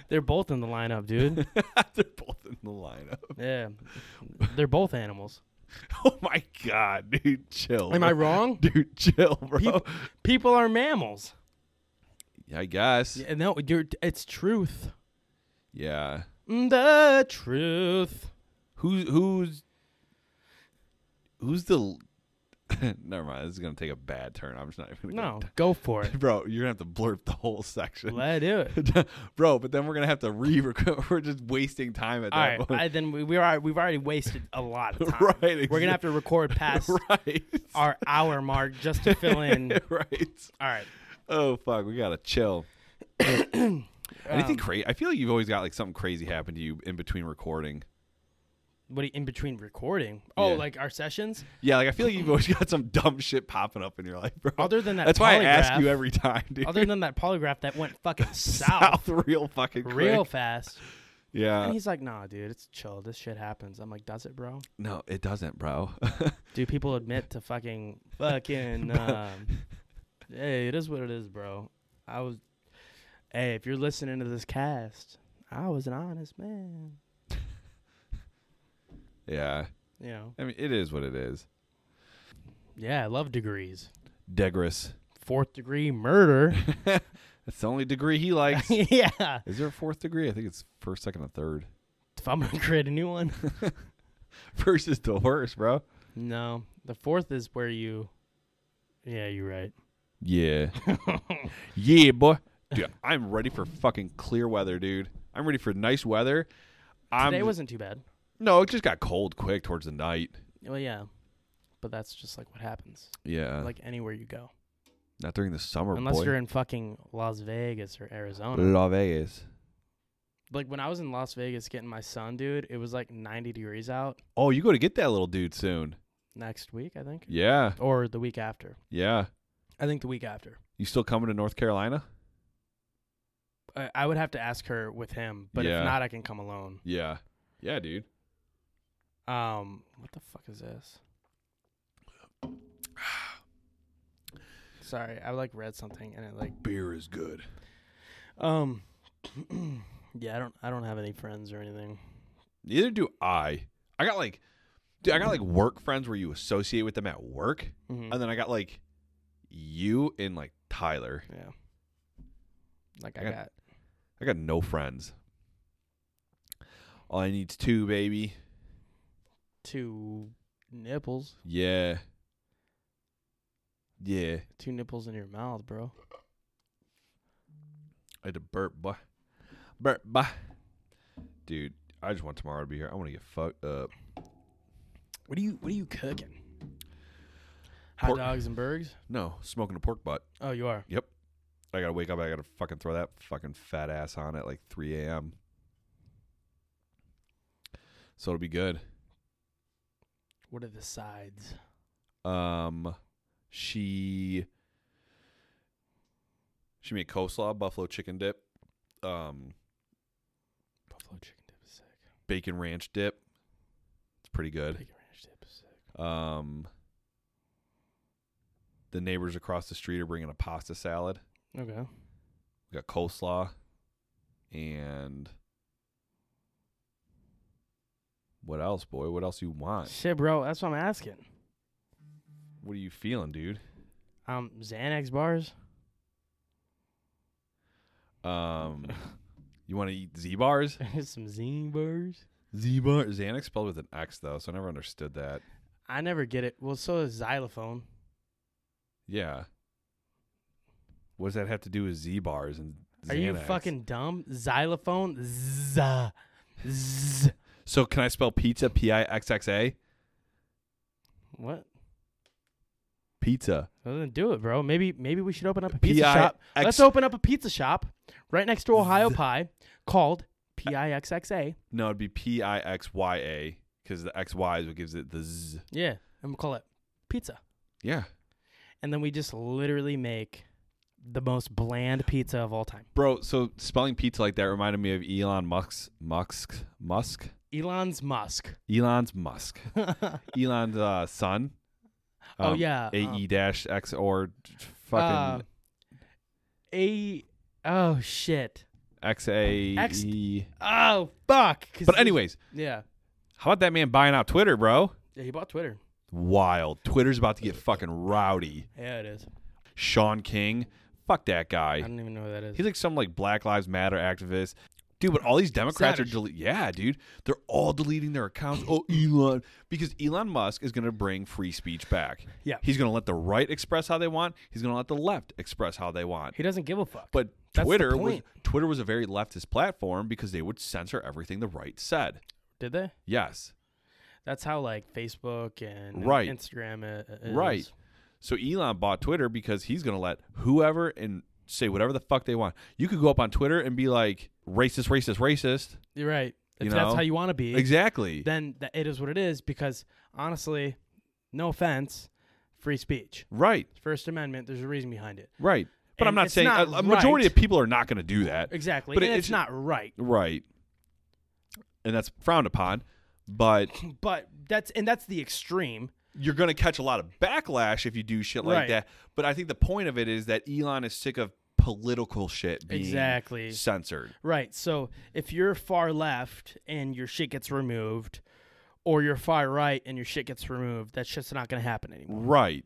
Speaker 1: They're both in the lineup, *laughs* dude.
Speaker 2: *laughs* They're both in the lineup. *laughs*
Speaker 1: Yeah. They're both animals.
Speaker 2: Oh my god, dude, chill.
Speaker 1: Am I
Speaker 2: bro. *laughs*
Speaker 1: *laughs* wrong?
Speaker 2: Dude, chill, bro.
Speaker 1: People, people are mammals.
Speaker 2: I guess.
Speaker 1: Yeah, no, you're, it's truth.
Speaker 2: yeah.
Speaker 1: Mm, The truth.
Speaker 2: Who's who's who's the? l- *laughs* Never mind. This is gonna take a bad turn. I'm just not even.
Speaker 1: No,
Speaker 2: gonna-
Speaker 1: go for *laughs* it.
Speaker 2: *laughs* bro, you're gonna have to blurp the whole section,
Speaker 1: Let's do it.
Speaker 2: *laughs* bro. But then we're gonna have to re. *laughs* We're just wasting time at
Speaker 1: All
Speaker 2: that
Speaker 1: right.
Speaker 2: point. *laughs*
Speaker 1: I, then we, we are, we've already wasted a lot *laughs* of time.
Speaker 2: Right,
Speaker 1: We're going to have to record *laughs* past
Speaker 2: *laughs* right.
Speaker 1: our hour mark just to fill *laughs* in. All
Speaker 2: *laughs* right.
Speaker 1: right.
Speaker 2: Oh fuck, we gotta chill. Anything
Speaker 1: Um,
Speaker 2: crazy? I feel like you've always got like something crazy happen to you in between recording.
Speaker 1: What do you, in between recording? Oh,
Speaker 2: Yeah.
Speaker 1: like our sessions?
Speaker 2: Yeah, like I feel like you've always *laughs* got some dumb shit popping up in your life, bro.
Speaker 1: Other than that
Speaker 2: that's why I ask
Speaker 1: polygraph-
Speaker 2: you every time, dude.
Speaker 1: Other than that polygraph that went fucking south.
Speaker 2: *laughs* South Uh, real fucking quick.
Speaker 1: real fast.
Speaker 2: Yeah.
Speaker 1: and he's like, nah, dude, it's chill. This shit happens. I'm like, does it, bro?
Speaker 2: No, it doesn't, bro. *laughs*
Speaker 1: Do people admit to fucking, fucking, um, Hey, it is what it is, bro. I was. Hey, if you're listening to this cast, I was an honest man.
Speaker 2: Yeah.
Speaker 1: You know.
Speaker 2: I mean, it is what it is.
Speaker 1: Yeah, I love degrees.
Speaker 2: Degris.
Speaker 1: Fourth degree murder.
Speaker 2: That's the only degree
Speaker 1: *laughs*
Speaker 2: he likes.
Speaker 1: yeah.
Speaker 2: is there a fourth degree? I think it's first, second, and third. *laughs*
Speaker 1: If I'm gonna create a new one.
Speaker 2: First is the worst, bro.
Speaker 1: No, the fourth is where you. Yeah, you're right. *laughs*
Speaker 2: Yeah. yeah, boy. Dude, I'm ready for fucking clear weather, dude. I'm ready for nice weather. I'm,
Speaker 1: Today wasn't too bad.
Speaker 2: no, it just got cold quick towards the night.
Speaker 1: Well, yeah, but that's just like what happens.
Speaker 2: Yeah,
Speaker 1: like anywhere you go,
Speaker 2: not during the summer.
Speaker 1: unless
Speaker 2: Uh, boy. Mm.
Speaker 1: you're in fucking Las Vegas or Arizona.
Speaker 2: La Vegas.
Speaker 1: Like when I was in Las Vegas getting my son, dude, it was like 90 degrees out.
Speaker 2: Oh, you go to get that little dude soon.
Speaker 1: Next week, I think,
Speaker 2: Yeah,
Speaker 1: or the week after.
Speaker 2: yeah.
Speaker 1: I think the week after.
Speaker 2: You still coming to North Carolina?
Speaker 1: I, I would have to ask her with him, but
Speaker 2: Yeah.
Speaker 1: if not, I can come alone.
Speaker 2: Yeah, yeah, dude.
Speaker 1: Um, what the fuck is this? *sighs* Sorry, I like read something and it like
Speaker 2: Beer is good.
Speaker 1: um *clears throat* yeah, I don't I don't have any friends or anything.
Speaker 2: Neither do I. I got like, dude, I got like work friends where you associate with them at work,
Speaker 1: Mhm.
Speaker 2: and then I got like you and like Tyler.
Speaker 1: yeah. Like
Speaker 2: I
Speaker 1: I
Speaker 2: got-
Speaker 1: got
Speaker 2: I got no friends. All I need's two, baby.
Speaker 1: two nipples,
Speaker 2: Yeah. Yeah.
Speaker 1: two nipples in your mouth, bro.
Speaker 2: I had to burp, boy. Burp, boy. Dude, I just want tomorrow to be here. I want to get fucked up.
Speaker 1: What are you What are you cooking? Hot
Speaker 2: Pork.
Speaker 1: dogs and burgers.
Speaker 2: No, smoking a pork butt.
Speaker 1: Oh, you are.
Speaker 2: I gotta wake up. I gotta fucking throw that fucking fat ass on at like 3 a.m. So it'll be good.
Speaker 1: What are the sides?
Speaker 2: Um, she she made coleslaw, buffalo chicken dip, um,
Speaker 1: Buffalo chicken dip is sick.
Speaker 2: bacon ranch dip. It's pretty good.
Speaker 1: Bacon ranch dip is sick.
Speaker 2: Um, the neighbors across the street are bringing a pasta salad.
Speaker 1: Okay.
Speaker 2: We got coleslaw and what else, boy? What else you want?
Speaker 1: Shit, bro. That's what I'm asking.
Speaker 2: What are you feeling, dude?
Speaker 1: Um, Xanax bars.
Speaker 2: Um, you want to eat Z bars?
Speaker 1: *laughs* Some zine bars.
Speaker 2: Z bar Xanax spelled with an X though, so I never understood that.
Speaker 1: I never get it. Well, so is xylophone.
Speaker 2: Yeah. What does that have to do with Z bars and Xanax?
Speaker 1: Are you fucking dumb? Xylophone. Z. Z.
Speaker 2: So can I spell pizza P I X X A?
Speaker 1: What?
Speaker 2: Pizza.
Speaker 1: Doesn't do it, bro. Maybe maybe we should open up a
Speaker 2: P
Speaker 1: pizza
Speaker 2: I
Speaker 1: shop.
Speaker 2: X-
Speaker 1: Let's open up a pizza shop right next to Ohio Pie called PIXXA.
Speaker 2: No, it'd be P I X Y A because the X Y is what gives it the Z.
Speaker 1: Yeah, and we'll call it pizza.
Speaker 2: Yeah.
Speaker 1: And then we just literally make the most bland pizza of all time.
Speaker 2: Bro, so spelling pizza like that reminded me of Elon Musk's Musk Musk
Speaker 1: Elon's Musk. *laughs*
Speaker 2: Elon's Musk Elon's uh, son.
Speaker 1: oh yeah.
Speaker 2: A
Speaker 1: um,
Speaker 2: E dash X or fucking
Speaker 1: uh, A. Oh shit.
Speaker 2: X A
Speaker 1: X-
Speaker 2: E.
Speaker 1: Oh fuck. 'Cause
Speaker 2: But
Speaker 1: he-
Speaker 2: anyways,
Speaker 1: Yeah.
Speaker 2: how about that man buying out Twitter, bro?
Speaker 1: Yeah, he bought Twitter.
Speaker 2: Wild. Twitter's about to get fucking rowdy.
Speaker 1: Yeah, it is.
Speaker 2: Sean King, fuck that
Speaker 1: I
Speaker 2: guy.
Speaker 1: don't even know who that is.
Speaker 2: He's like some like Black Lives Matter activist. Dude, but all these Democrats
Speaker 1: Savage.
Speaker 2: are deleting. Yeah, dude, they're all deleting their accounts. Oh, Elon, because Elon Musk is gonna bring free speech back.
Speaker 1: Yeah.
Speaker 2: he's gonna let the right express how they want. He's gonna let the left express how they want.
Speaker 1: He doesn't give a fuck.
Speaker 2: But
Speaker 1: That's the
Speaker 2: Twitter was
Speaker 1: point.
Speaker 2: Twitter was a very leftist platform because they would censor everything the right said.
Speaker 1: did they?
Speaker 2: Yes,
Speaker 1: That's how like Facebook and
Speaker 2: Right.
Speaker 1: Instagram i- i- is.
Speaker 2: Right. So Elon bought Twitter because he's going to let whoever and say whatever the fuck they want. You could go up on Twitter and be like racist, racist, racist.
Speaker 1: You're right. If
Speaker 2: You
Speaker 1: that's
Speaker 2: know?
Speaker 1: how you want to be,
Speaker 2: Exactly.
Speaker 1: then th- it is what it is. Because honestly, no offense, free speech,
Speaker 2: right.
Speaker 1: First Amendment. There's a reason behind it.
Speaker 2: Right. But
Speaker 1: And
Speaker 2: I'm not
Speaker 1: it's
Speaker 2: saying
Speaker 1: not
Speaker 2: a, a majority
Speaker 1: right.
Speaker 2: of people are not going to do that.
Speaker 1: Exactly.
Speaker 2: But
Speaker 1: and
Speaker 2: it-
Speaker 1: it's,
Speaker 2: it's-
Speaker 1: not right.
Speaker 2: Right. And that's frowned upon. But
Speaker 1: But that's and that's the extreme.
Speaker 2: you're going to catch a lot of backlash if you do shit like
Speaker 1: Right.
Speaker 2: that. But I think the point of it is that Elon is sick of political shit being
Speaker 1: Exactly.
Speaker 2: censored.
Speaker 1: Right. So if you're far left and your shit gets removed, or you're far right and your shit gets removed, that's just not going to happen anymore.
Speaker 2: Right.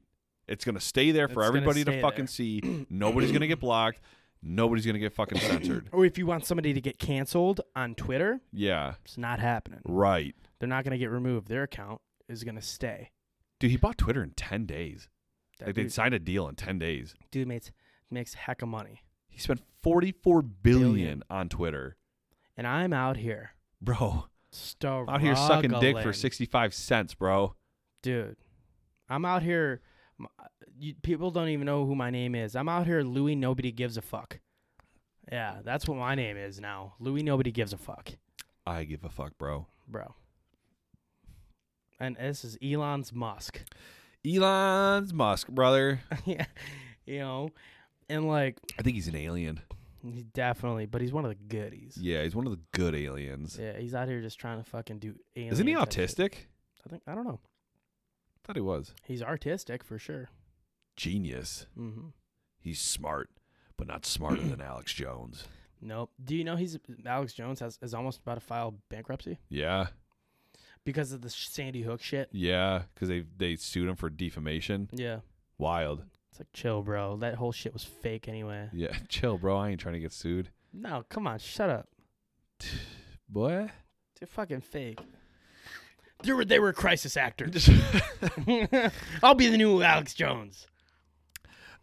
Speaker 2: It's going to stay there for
Speaker 1: Mm-hmm. It's gonna
Speaker 2: everybody to
Speaker 1: stay
Speaker 2: fucking
Speaker 1: there. *clears throat*
Speaker 2: see. Nobody's going to get blocked. Nobody's going to get fucking
Speaker 1: *clears throat*
Speaker 2: censored.
Speaker 1: Or if you want somebody to get canceled on Twitter,
Speaker 2: Yeah.
Speaker 1: it's not happening.
Speaker 2: Right.
Speaker 1: They're not going to get removed. Their account is going to stay.
Speaker 2: Dude, he bought Twitter in 10 days.
Speaker 1: That
Speaker 2: Like, they
Speaker 1: dude,
Speaker 2: signed a deal in 10 days.
Speaker 1: dude makes makes heck of money,
Speaker 2: He spent 44 billion,
Speaker 1: Billion.
Speaker 2: on Twitter.
Speaker 1: and I'm out here
Speaker 2: Bro,
Speaker 1: struggling.
Speaker 2: out here sucking dick for 65 cents, bro.
Speaker 1: dude. I'm out here. m- uh, You, people don't even know who my name is. I'm out here, Louis. Nobody gives a fuck. Yeah, that's what my name is now. Louis. Nobody gives a fuck,
Speaker 2: I give a fuck, bro.
Speaker 1: bro. And this is Elon's Musk. *laughs*
Speaker 2: Elon's Musk, brother.
Speaker 1: yeah, you know, and like
Speaker 2: I think he's an alien.
Speaker 1: he definitely, but he's one of the goodies.
Speaker 2: Yeah, he's one of the good aliens.
Speaker 1: Yeah, he's out here just trying to fucking do. Alien
Speaker 2: Isn't he
Speaker 1: type shit.
Speaker 2: autistic?
Speaker 1: I think I don't know.
Speaker 2: thought he was.
Speaker 1: He's artistic for sure.
Speaker 2: Genius.
Speaker 1: hmm
Speaker 2: He's smart, but not smarter than Alex Jones.
Speaker 1: Nope. Do you know he's Alex Jones has is almost about to file bankruptcy
Speaker 2: Yeah,
Speaker 1: because of the sh- Sandy Hook shit?
Speaker 2: yeah, because they they sued him for defamation.
Speaker 1: Yeah.
Speaker 2: Wild.
Speaker 1: It's like chill, bro. That whole shit was fake anyway.
Speaker 2: Yeah, *laughs* chill, bro. I ain't trying to get sued.
Speaker 1: No, come on, shut up.
Speaker 2: Boy. *laughs*
Speaker 1: They're fucking fake. They were they were crisis actors. *laughs* I'll be the new Alex Jones.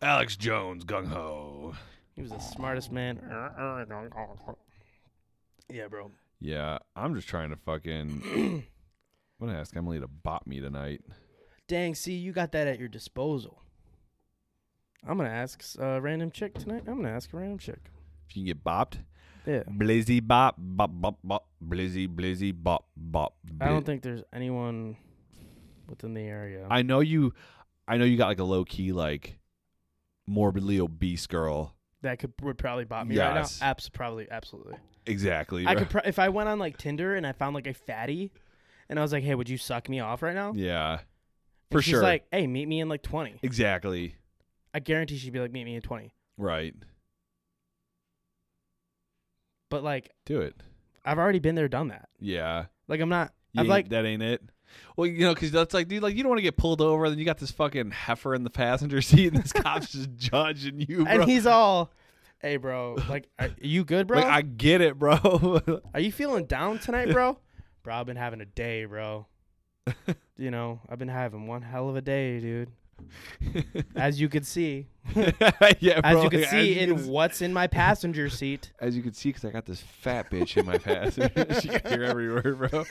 Speaker 2: Alex Jones, gung ho.
Speaker 1: He was the smartest man. Yeah, bro.
Speaker 2: Yeah, I'm just trying to
Speaker 1: *clears throat*
Speaker 2: fucking. I'm gonna ask Emily to bop me tonight.
Speaker 1: Dang, see, you got that at your disposal. I'm gonna ask a random chick tonight. I'm gonna ask a random chick.
Speaker 2: If you can get bopped,
Speaker 1: Yeah.
Speaker 2: blizzy bop, bop, bop, bop, blizzy, blizzy, bop, bop.
Speaker 1: I don't think there's anyone within the area.
Speaker 2: I know you. I know you got like a low key, like morbidly obese girl.
Speaker 1: that could would probably bot me right
Speaker 2: Yes.
Speaker 1: now. Abs- probably, absolutely.
Speaker 2: Exactly.
Speaker 1: I
Speaker 2: bro. *laughs*
Speaker 1: could pro- if I went on like Tinder and I found like a fatty, and I was like, "Hey, would you suck me off right now?"
Speaker 2: yeah.
Speaker 1: And
Speaker 2: For
Speaker 1: she's
Speaker 2: sure.
Speaker 1: Like, "Hey, meet me in like 20."
Speaker 2: Exactly.
Speaker 1: I guarantee she'd be like, "Meet me in 20."
Speaker 2: Right.
Speaker 1: But like,
Speaker 2: Do it.
Speaker 1: I've already been there, done that.
Speaker 2: Yeah.
Speaker 1: Like, I'm not.
Speaker 2: You
Speaker 1: I'm
Speaker 2: ain't-
Speaker 1: like,
Speaker 2: that ain't it. Well, you know, because that's like, dude, like you don't want to get pulled over, then you got this fucking heifer in the passenger seat, and this
Speaker 1: *laughs*
Speaker 2: cop's just judging you, bro.
Speaker 1: and he's all, "Hey, bro, like, are you good, bro?
Speaker 2: *laughs* like, I get it, bro. *laughs*
Speaker 1: are you feeling down tonight, bro? bro, I've been having a day, bro. you know, I've been having one hell of a day, dude. As you can see,
Speaker 2: *laughs* yeah, bro.
Speaker 1: as you can
Speaker 2: like,
Speaker 1: see
Speaker 2: as
Speaker 1: in
Speaker 2: you can,
Speaker 1: what's in my passenger seat.
Speaker 2: as you can see, because I got this fat bitch in my passenger. *laughs*
Speaker 1: *laughs*
Speaker 2: she can hear every word, bro.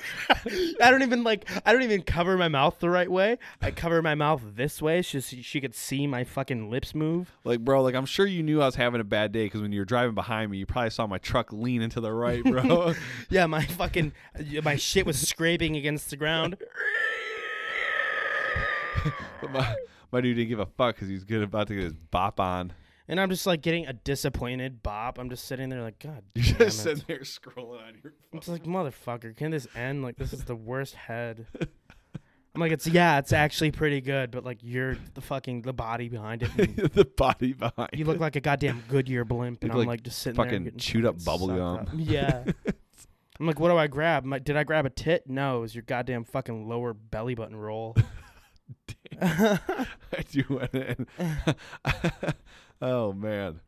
Speaker 1: I don't even like. I don't even cover my mouth the right way. I cover my mouth this way, so she, she could see my fucking lips move.
Speaker 2: Like, bro, like I'm sure you knew I was having a bad day because when you were driving behind me, you probably saw my truck lean into the right, *laughs* bro.
Speaker 1: Yeah, my fucking my shit was scraping against the ground.
Speaker 2: but my, my dude didn't give a fuck because he's good about to get his bop on. *laughs*
Speaker 1: And I'm just like getting a disappointed bop. I'm just sitting there like, God
Speaker 2: You
Speaker 1: damn it.
Speaker 2: just sitting there scrolling on your phone.
Speaker 1: It's
Speaker 2: *laughs*
Speaker 1: like, motherfucker, can this end? Like, this is the worst head. I'm like, it's yeah, it's actually pretty good, but like, you're the fucking the body behind it.
Speaker 2: *laughs*
Speaker 1: and
Speaker 2: the body behind.
Speaker 1: You look like a goddamn Goodyear blimp, and
Speaker 2: Look
Speaker 1: I'm
Speaker 2: like
Speaker 1: like just sitting there
Speaker 2: fucking
Speaker 1: getting
Speaker 2: chewed up
Speaker 1: fucking
Speaker 2: bubble
Speaker 1: sucked
Speaker 2: *laughs* gum.
Speaker 1: up. Yeah. I'm like, what do I grab? My, did I grab a tit? No, it was your goddamn fucking lower belly button
Speaker 2: *laughs*
Speaker 1: roll.
Speaker 2: *laughs* I do want to
Speaker 1: *laughs*
Speaker 2: end. *laughs* oh man,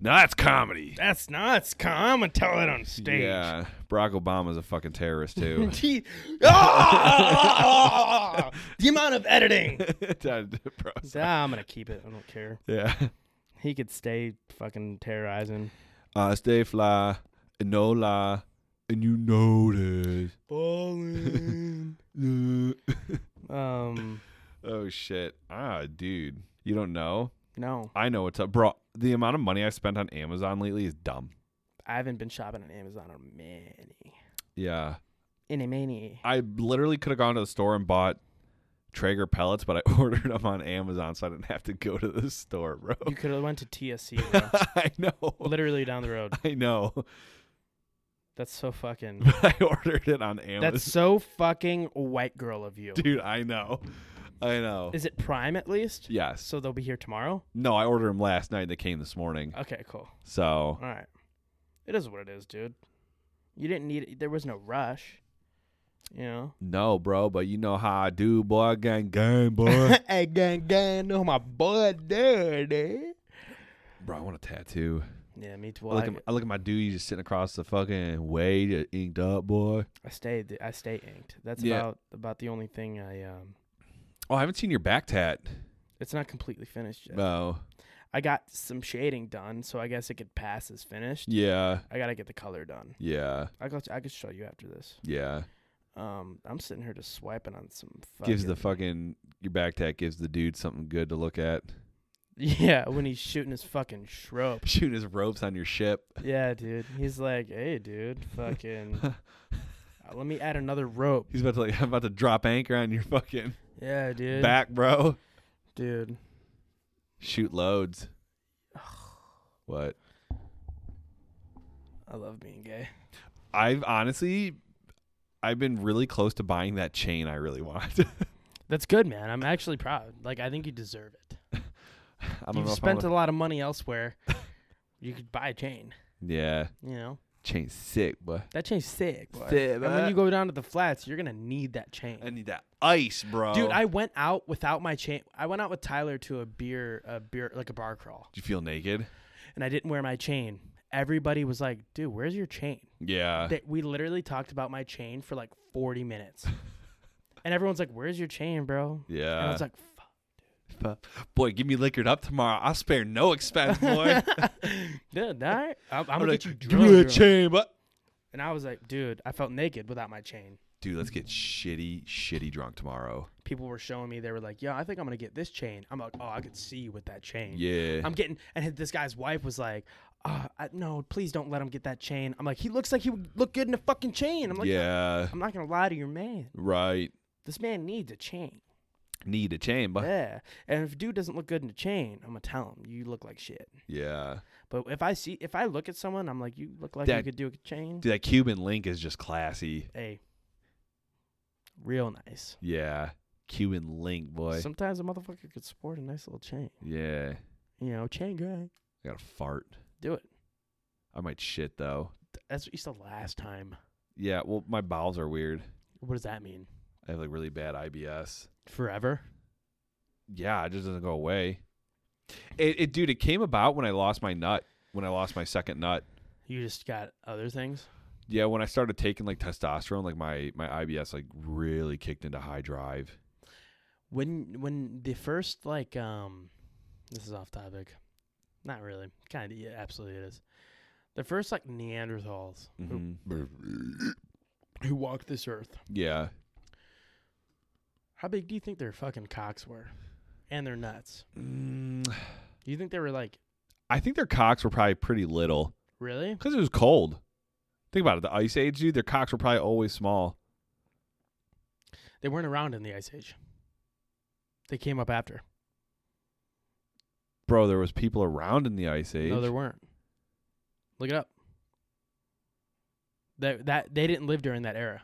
Speaker 2: now that's comedy.
Speaker 1: That's nuts. Come and tell it on stage.
Speaker 2: Yeah, Barack Obama's a fucking terrorist *laughs* too.
Speaker 1: He- *laughs* Ah! *laughs* the amount of
Speaker 2: *laughs*
Speaker 1: editing.
Speaker 2: Dad, bro,
Speaker 1: Ah, I'm gonna keep it. I don't care.
Speaker 2: yeah.
Speaker 1: He could stay fucking terrorizing.
Speaker 2: I Uh, stay fly, and no lie, and you know this.
Speaker 1: Falling. *laughs* um,
Speaker 2: *laughs* oh shit! Ah, dude, you don't know.
Speaker 1: no,
Speaker 2: I know what's up, bro. The amount of money I spent on Amazon lately is dumb.
Speaker 1: I haven't been shopping on Amazon in many,
Speaker 2: Yeah,
Speaker 1: in a many.
Speaker 2: I literally could have gone to the store and bought Traeger pellets, but I *laughs* ordered them on Amazon, so I didn't have to go to the store, bro.
Speaker 1: You *laughs* could have went to TSC, bro.
Speaker 2: *laughs* I know.
Speaker 1: literally down the road.
Speaker 2: I know.
Speaker 1: That's so fucking.
Speaker 2: *laughs* But I ordered it on Amazon.
Speaker 1: That's so fucking white girl of you.
Speaker 2: *laughs* Dude, I know. I know.
Speaker 1: Is it Prime at least?
Speaker 2: yes.
Speaker 1: So they'll be here tomorrow.
Speaker 2: no, I ordered them last night. They came this morning.
Speaker 1: Okay, cool.
Speaker 2: So
Speaker 1: All right. It is what it is, dude. You didn't need it. There was no rush. You know.
Speaker 2: no, bro, but you know how I do, boy. Gang, gang,
Speaker 1: *laughs*
Speaker 2: boy.
Speaker 1: *laughs* hey, gang, gang, no, my boy, daddy.
Speaker 2: bro, I want a tattoo.
Speaker 1: Yeah, me too.
Speaker 2: I look, at, my- I look at my dude. He's just sitting across the fucking way, just inked up, boy.
Speaker 1: I stay th- I stay inked. That's
Speaker 2: Yeah.
Speaker 1: about about the only thing I um
Speaker 2: Oh, I haven't seen your back tat.
Speaker 1: it's not completely finished yet.
Speaker 2: No.
Speaker 1: I got some shading done, so I guess it could pass as finished.
Speaker 2: Yeah.
Speaker 1: I got to get the color done.
Speaker 2: Yeah.
Speaker 1: I got I could show you after this.
Speaker 2: Yeah.
Speaker 1: Um I'm sitting here just swiping on some fucking
Speaker 2: Gives the fucking your back tat gives the dude something good to look at.
Speaker 1: *laughs*
Speaker 2: *laughs*
Speaker 1: Yeah, when he's shooting his fucking shrub.
Speaker 2: Shooting his ropes on your ship.
Speaker 1: Yeah, dude. He's like, "Hey, dude,
Speaker 2: *laughs*
Speaker 1: fucking uh, let me add another rope."
Speaker 2: He's about to like *laughs* I'm about to drop anchor on your fucking
Speaker 1: Yeah, dude.
Speaker 2: back, bro.
Speaker 1: Dude.
Speaker 2: Shoot loads. what?
Speaker 1: I love being gay.
Speaker 2: I've honestly I've been really close to buying that chain I really want. *laughs*
Speaker 1: That's good, man. I'm actually proud. Like I think you deserve it.
Speaker 2: I don't
Speaker 1: You've
Speaker 2: know if I'm
Speaker 1: spent a
Speaker 2: gonna-
Speaker 1: lot of money elsewhere. *laughs* you could buy a chain.
Speaker 2: Yeah.
Speaker 1: You know
Speaker 2: Chain sick, boy.
Speaker 1: that chain's sick. boy.
Speaker 2: Sick,
Speaker 1: and when
Speaker 2: boy.
Speaker 1: you go down to the flats, you're gonna need that chain.
Speaker 2: I need that ice, bro.
Speaker 1: Dude, I went out without my chain. I went out with Tyler to a beer, a beer like a bar crawl,
Speaker 2: Do you feel naked?
Speaker 1: and I didn't wear my chain. Everybody was like, "Dude, where's your *laughs* chain?"
Speaker 2: Yeah.
Speaker 1: That we literally talked about my chain for like 40 *laughs* minutes, and everyone's like, "Where's your chain, bro?" And I
Speaker 2: Yeah.
Speaker 1: was like, "Fuck."
Speaker 2: Fu- boy, give me liquored up tomorrow. I'll spare
Speaker 1: *laughs*
Speaker 2: no expense, boy.
Speaker 1: Dude, all right, I'm, I'm gonna
Speaker 2: like,
Speaker 1: get you
Speaker 2: Give me
Speaker 1: drunk.
Speaker 2: that chain, but
Speaker 1: And I was like, "Dude, I felt naked without my chain."
Speaker 2: Dude, let's get shitty, shitty drunk tomorrow.
Speaker 1: people were showing me they were like, "Yo, I think I'm gonna get this chain." I'm like, "Oh, I could see you with that chain."
Speaker 2: Yeah.
Speaker 1: Mm. I'm getting, and this guy's wife was like, uh, I, "No, please don't let him get that chain." I'm like, "He looks like he would look good in a fucking chain." I'm like,
Speaker 2: yeah.
Speaker 1: "I'm not gonna lie to your man.
Speaker 2: Right.
Speaker 1: This man needs a chain."
Speaker 2: Need a chain, but
Speaker 1: Yeah, and if a dude doesn't look good in a chain, I'm gonna tell him you look like shit.
Speaker 2: yeah.
Speaker 1: But if I see, if I look at someone, I'm like, "You look like you
Speaker 2: That-
Speaker 1: could do a chain."
Speaker 2: Dude, that Cuban link is just classy.
Speaker 1: Hey, real nice.
Speaker 2: Yeah. Cuban link, boy.
Speaker 1: Sometimes a motherfucker could sport a nice little chain.
Speaker 2: yeah.
Speaker 1: You know, chain guy,
Speaker 2: I got to fart.
Speaker 1: do it.
Speaker 2: I might shit though.
Speaker 1: That's what you said last time.
Speaker 2: Yeah, well my bowels are weird.
Speaker 1: What does that mean?
Speaker 2: I have like really bad IBS.
Speaker 1: Forever?
Speaker 2: Yeah, it just doesn't go away. It, it dude, it came about when I lost my nut, when I lost my second nut.
Speaker 1: You just got other things?
Speaker 2: Yeah, when I started taking like testosterone, like my my IBS like really kicked into high drive.
Speaker 1: When when the first like um this is off topic. Not really. Kind of yeah, absolutely it is. The first like Neanderthals
Speaker 2: Mm-hmm.
Speaker 1: who, who walked this earth.
Speaker 2: Yeah.
Speaker 1: How big do you think their fucking cocks were? And their nuts.
Speaker 2: Mm,
Speaker 1: Do you think they were like
Speaker 2: I think their cocks were probably pretty little
Speaker 1: really?
Speaker 2: because it was cold. Think about it. The ice age, dude, their cocks were probably always small.
Speaker 1: They weren't around in the ice age. They came up after.
Speaker 2: Bro, there was people around in the ice age.
Speaker 1: No, there weren't. Look it up. That that they didn't live during that era.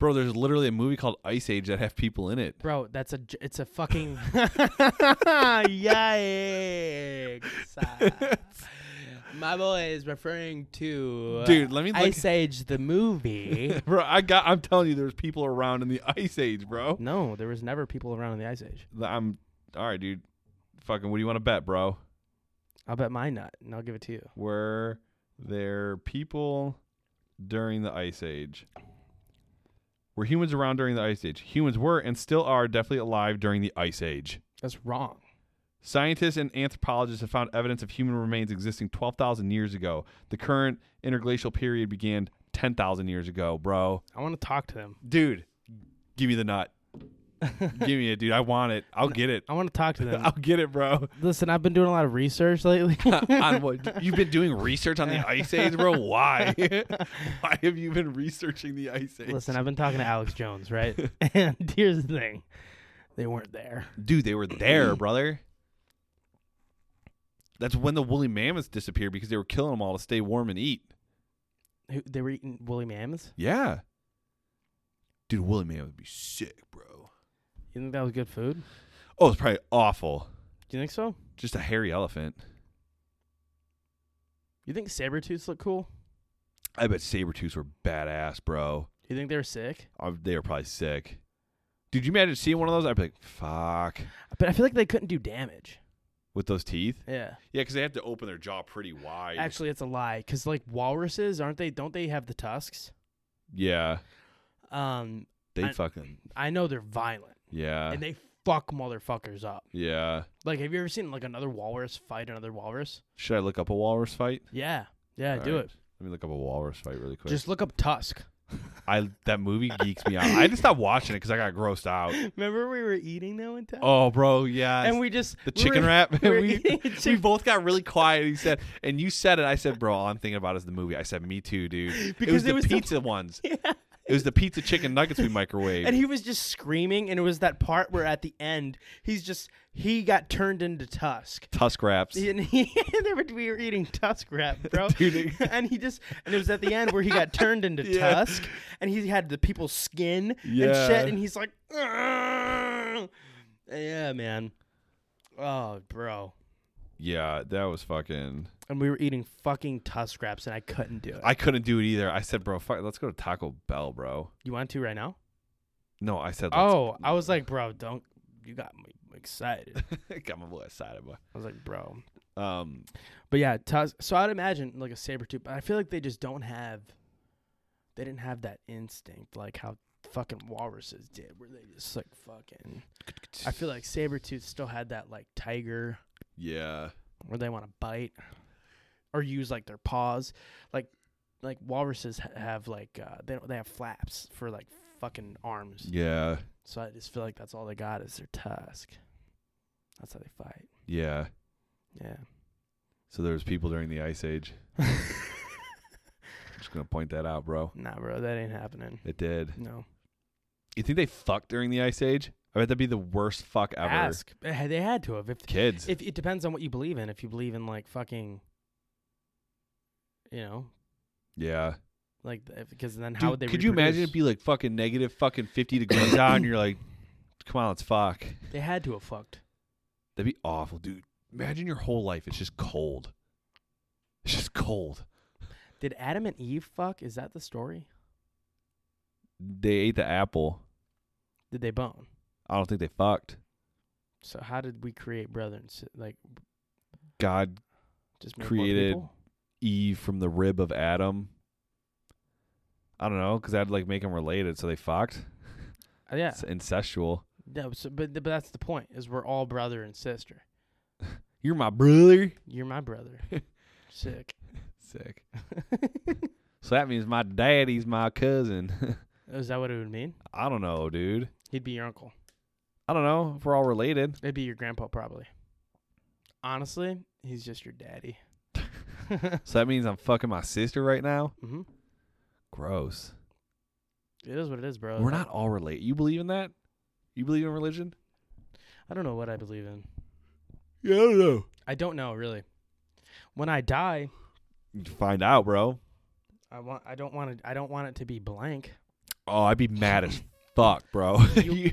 Speaker 2: Bro, there's literally a movie called Ice Age that have people in it.
Speaker 1: Bro, that's a j- it's a fucking *laughs* yikes. My boy is referring to uh,
Speaker 2: Dude, let me look-
Speaker 1: Ice Age the *laughs* movie.
Speaker 2: *laughs* bro, I got I'm telling you there's people around in the *laughs* ice age, bro.
Speaker 1: no, there was never people around in the Ice Age.
Speaker 2: I'm all right, dude. Fucking what do you want to bet, bro?
Speaker 1: I'll bet my nut, and I'll give it to you.
Speaker 2: Were there people during the ice age? Were humans around during the ice age? Humans were and still are definitely alive during the ice age.
Speaker 1: That's wrong.
Speaker 2: Scientists and anthropologists have found evidence of human remains existing 12,000 years ago. The current interglacial period began 10,000 years ago, bro.
Speaker 1: I want to talk to them.
Speaker 2: Dude, give me the *laughs* nut. give me it, dude. I want it. I'll get it.
Speaker 1: I want to talk to them. *laughs*
Speaker 2: I'll get it, *laughs* bro.
Speaker 1: Listen, I've been doing a lot of research *laughs* lately.
Speaker 2: on what you've been doing research *laughs* on the ice age, bro? *laughs* Why? Why have you been researching the ice age?
Speaker 1: Listen, I've been talking to Alex Jones, *laughs* right? and here's the thing. They weren't there.
Speaker 2: dude, they were there, brother. That's when the woolly mammoths disappeared because they were killing them all to stay warm and eat.
Speaker 1: Who, they were eating woolly Mams.
Speaker 2: Yeah. Dude, Willie Man would be sick, bro.
Speaker 1: You think that was good food?
Speaker 2: Oh, it's probably awful.
Speaker 1: Do you think so?
Speaker 2: Just a hairy elephant.
Speaker 1: You think saber tooths look cool?
Speaker 2: I bet Sabertooths were badass, bro.
Speaker 1: You think they're sick?
Speaker 2: Uh, They were probably sick. Dude, you imagine seeing one of those? I'd be like, fuck.
Speaker 1: But I feel like they couldn't do damage.
Speaker 2: With those teeth?
Speaker 1: Yeah.
Speaker 2: Yeah, because they have to open their jaw pretty wide.
Speaker 1: Actually, it's a lie because like walruses aren't they? Don't they have the tusks?
Speaker 2: Yeah.
Speaker 1: Um,
Speaker 2: They
Speaker 1: I-
Speaker 2: fucking.
Speaker 1: I know they're violent
Speaker 2: Yeah.
Speaker 1: and they fuck motherfuckers up.
Speaker 2: yeah.
Speaker 1: Like, have you ever seen like another walrus fight another walrus?
Speaker 2: Should I look up a walrus fight?
Speaker 1: Yeah, yeah,
Speaker 2: All
Speaker 1: do
Speaker 2: right.
Speaker 1: it.
Speaker 2: Let me look up a walrus fight really quick.
Speaker 1: Just look up tusk. *laughs*
Speaker 2: I that movie geeks me out. I had to stop watching it because I got
Speaker 1: *laughs*
Speaker 2: grossed out.
Speaker 1: Remember we were eating that one time,
Speaker 2: Oh, bro, yeah.
Speaker 1: and we just
Speaker 2: the
Speaker 1: we
Speaker 2: chicken
Speaker 1: were-
Speaker 2: wrap.
Speaker 1: we *laughs* were
Speaker 2: *laughs* we,
Speaker 1: eating a
Speaker 2: we
Speaker 1: chick-
Speaker 2: both got really quiet. He said, and you said it. I said, bro, all I'm thinking about is the movie. I said, me
Speaker 1: *laughs*
Speaker 2: too, dude.
Speaker 1: Because
Speaker 2: it
Speaker 1: it
Speaker 2: was
Speaker 1: was
Speaker 2: the
Speaker 1: the-
Speaker 2: pizza ones.
Speaker 1: *laughs* Yeah.
Speaker 2: It was the pizza chicken nuggets we microwaved.
Speaker 1: And he was just screaming, and it was that part where at the end he's just he got turned into Tusk.
Speaker 2: Tusk wraps.
Speaker 1: *laughs* And he, they were, we were eating Tusk wrap, bro.
Speaker 2: *laughs* Dude, it-
Speaker 1: *laughs* and he just and it was at the end where he
Speaker 2: *laughs*
Speaker 1: got turned into
Speaker 2: Yeah.
Speaker 1: Tusk, and he had the people's skin and
Speaker 2: Yeah.
Speaker 1: shit, and he's like, "Argh." yeah, man. Oh, bro.
Speaker 2: Yeah, that was fucking.
Speaker 1: And we were eating fucking Tusk wraps, and I couldn't do it.
Speaker 2: I couldn't do it either. I said, bro, fuck, let's go to Taco Bell, bro.
Speaker 1: you want to right now?
Speaker 2: No, I said, let's,
Speaker 1: Oh, I was like, bro, don't. You got me excited.
Speaker 2: *laughs* got my little excited, boy.
Speaker 1: I was like, bro.
Speaker 2: Um,
Speaker 1: But yeah, Tusk. So I'd imagine like a saber tooth, but I feel like they just don't have. They didn't have that instinct like how fucking walruses did, where they just like fucking. I feel like saber tooth still had that like tiger,
Speaker 2: yeah,
Speaker 1: where they want to bite, or use like their paws, like like walruses ha- have like uh, they don't, they have flaps for like fucking arms.
Speaker 2: yeah,
Speaker 1: So I just feel like that's all they got is their tusk. That's how they fight.
Speaker 2: yeah.
Speaker 1: Yeah. *laughs*
Speaker 2: So there was people during the Ice Age. Just gonna point that out, bro.
Speaker 1: Nah, bro, that ain't happening.
Speaker 2: It did.
Speaker 1: No.
Speaker 2: You think they fucked during the Ice Age? I bet that'd be the worst fuck ever.
Speaker 1: Ask. They had they had to have. If,
Speaker 2: Kids.
Speaker 1: if it depends on what you believe in. If you believe in like fucking, you know,
Speaker 2: yeah.
Speaker 1: like because then how would they?
Speaker 2: could you imagine
Speaker 1: reproduce?
Speaker 2: it'd be like fucking negative fucking fifty degrees out, and you're like, come on, let's fuck.
Speaker 1: *laughs* They had to have fucked.
Speaker 2: That'd be awful, dude. Imagine your whole life. It's just cold. It's just cold.
Speaker 1: Did Adam and Eve fuck? Is that the story?
Speaker 2: They ate the apple.
Speaker 1: Did they bone?
Speaker 2: I don't think they fucked.
Speaker 1: So how did we create brethren? S- Like
Speaker 2: God,
Speaker 1: just make
Speaker 2: Created-
Speaker 1: More people?
Speaker 2: Eve from the rib of Adam. I don't know, because I'd like make them related, so they fucked.
Speaker 1: Uh, yeah.
Speaker 2: It's incestual.
Speaker 1: No. So, but but that's the point. Is we're all brother and sister.
Speaker 2: You're my brother.
Speaker 1: You're my
Speaker 2: *laughs*
Speaker 1: brother. Sick. *laughs*
Speaker 2: Sick. So that means my daddy's my cousin. *laughs*
Speaker 1: Is that what it would mean?
Speaker 2: I don't know, dude.
Speaker 1: He'd be your uncle.
Speaker 2: I don't know if we're all *laughs* related.
Speaker 1: It'd be your grandpa probably. Honestly, he's just your daddy.
Speaker 2: So that means I'm fucking my sister right now.
Speaker 1: Mm-hmm.
Speaker 2: Gross.
Speaker 1: It is what it is, bro.
Speaker 2: We're not all related. You believe in that? You believe in religion?
Speaker 1: I don't know what I believe in.
Speaker 2: Yeah, I don't know.
Speaker 1: I don't know really. When I die,
Speaker 2: You can find out, bro.
Speaker 1: I want. I don't want it. I don't want it to be blank.
Speaker 2: Oh, I'd be mad *laughs* as fuck, bro. *laughs* you,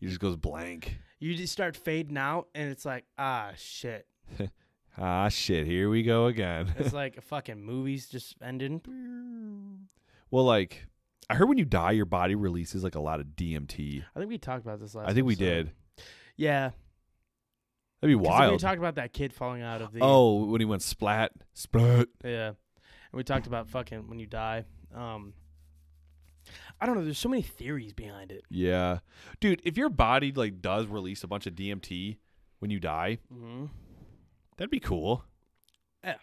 Speaker 2: he just goes blank.
Speaker 1: You just start fading out, and it's like, ah, shit.
Speaker 2: Ah, shit. Here we go again. *laughs*
Speaker 1: It's like a fucking movie's just ending.
Speaker 2: well, like, I heard when you die, your body releases like a lot of DMT.
Speaker 1: I think we talked about this last.
Speaker 2: I think we
Speaker 1: episode.
Speaker 2: did.
Speaker 1: Yeah,
Speaker 2: That'd be
Speaker 1: 'cause
Speaker 2: wild.
Speaker 1: We talked about that kid falling out of the.
Speaker 2: Oh, when he went splat, splat.
Speaker 1: Yeah. And we talked about fucking when you die. Um I don't know, there's so many theories behind it.
Speaker 2: Yeah, dude. If your body like does release a bunch of DMT when you die,
Speaker 1: Mm-hmm.
Speaker 2: that'd be cool.
Speaker 1: Yeah.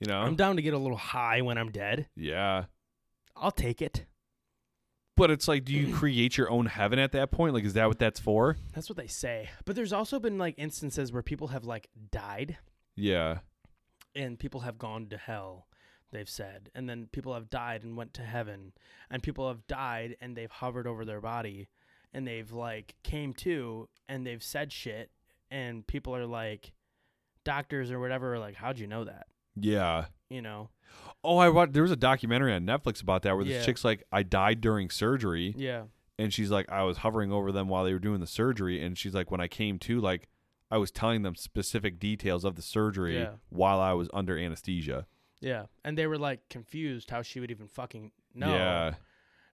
Speaker 2: You know.
Speaker 1: I'm down to get a little high when I'm dead.
Speaker 2: yeah.
Speaker 1: I'll take it.
Speaker 2: But it's like, do *clears throat* you create your own heaven at that point? Like, is that what that's for?
Speaker 1: That's what they say. But there's also been like instances where people have like died
Speaker 2: Yeah.
Speaker 1: and people have gone to hell, they've said. And then people have died and went to heaven. And people have died and they've hovered over their body and they've like came to and they've said shit and people are like doctors or whatever are like, How'd you know that?
Speaker 2: Yeah.
Speaker 1: you you know.
Speaker 2: Oh, I watched. There was a documentary on Netflix about that where this
Speaker 1: Yeah.
Speaker 2: chick's like, I died during surgery,
Speaker 1: Yeah.
Speaker 2: and she's like, I was hovering over them while they were doing the surgery, and she's like, when I came to, like, I was telling them specific details of the surgery
Speaker 1: Yeah.
Speaker 2: while I was under anesthesia.
Speaker 1: Yeah. And they were like confused how she would even fucking know.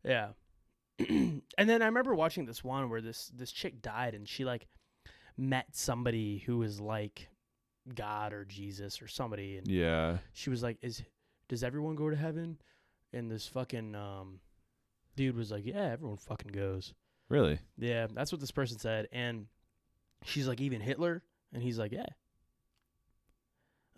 Speaker 2: Yeah.
Speaker 1: Yeah. *clears throat* and then I remember watching this one where this this chick died and she like met somebody who was like God or Jesus or somebody and
Speaker 2: Yeah.
Speaker 1: she was like, "Is does everyone go to heaven?" And this fucking um dude was like, "Yeah, everyone fucking goes."
Speaker 2: Really?
Speaker 1: Yeah, that's what this person said. And she's like, "Even Hitler?" And he's like, "Yeah."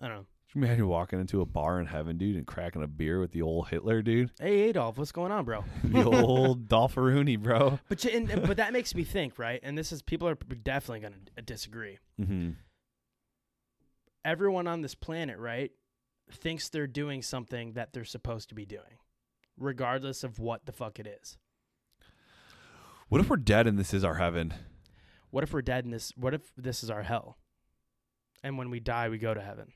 Speaker 1: I don't know.
Speaker 2: Can you imagine walking into a bar in heaven, dude, and cracking a beer with the old Hitler, dude?
Speaker 1: Hey Adolf, what's going on, bro?
Speaker 2: *laughs* The old Dolph Rooney, bro.
Speaker 1: *laughs* But you, and, and- but that makes me think, right? And this is people are definitely going to disagree.
Speaker 2: Mm-hmm.
Speaker 1: Everyone on this planet, right, thinks they're doing something that they're supposed to be doing, regardless of what the fuck it is.
Speaker 2: What if we're dead and this is our heaven?
Speaker 1: What if we're dead in this? What if this is our hell? And when we die, we go to heaven.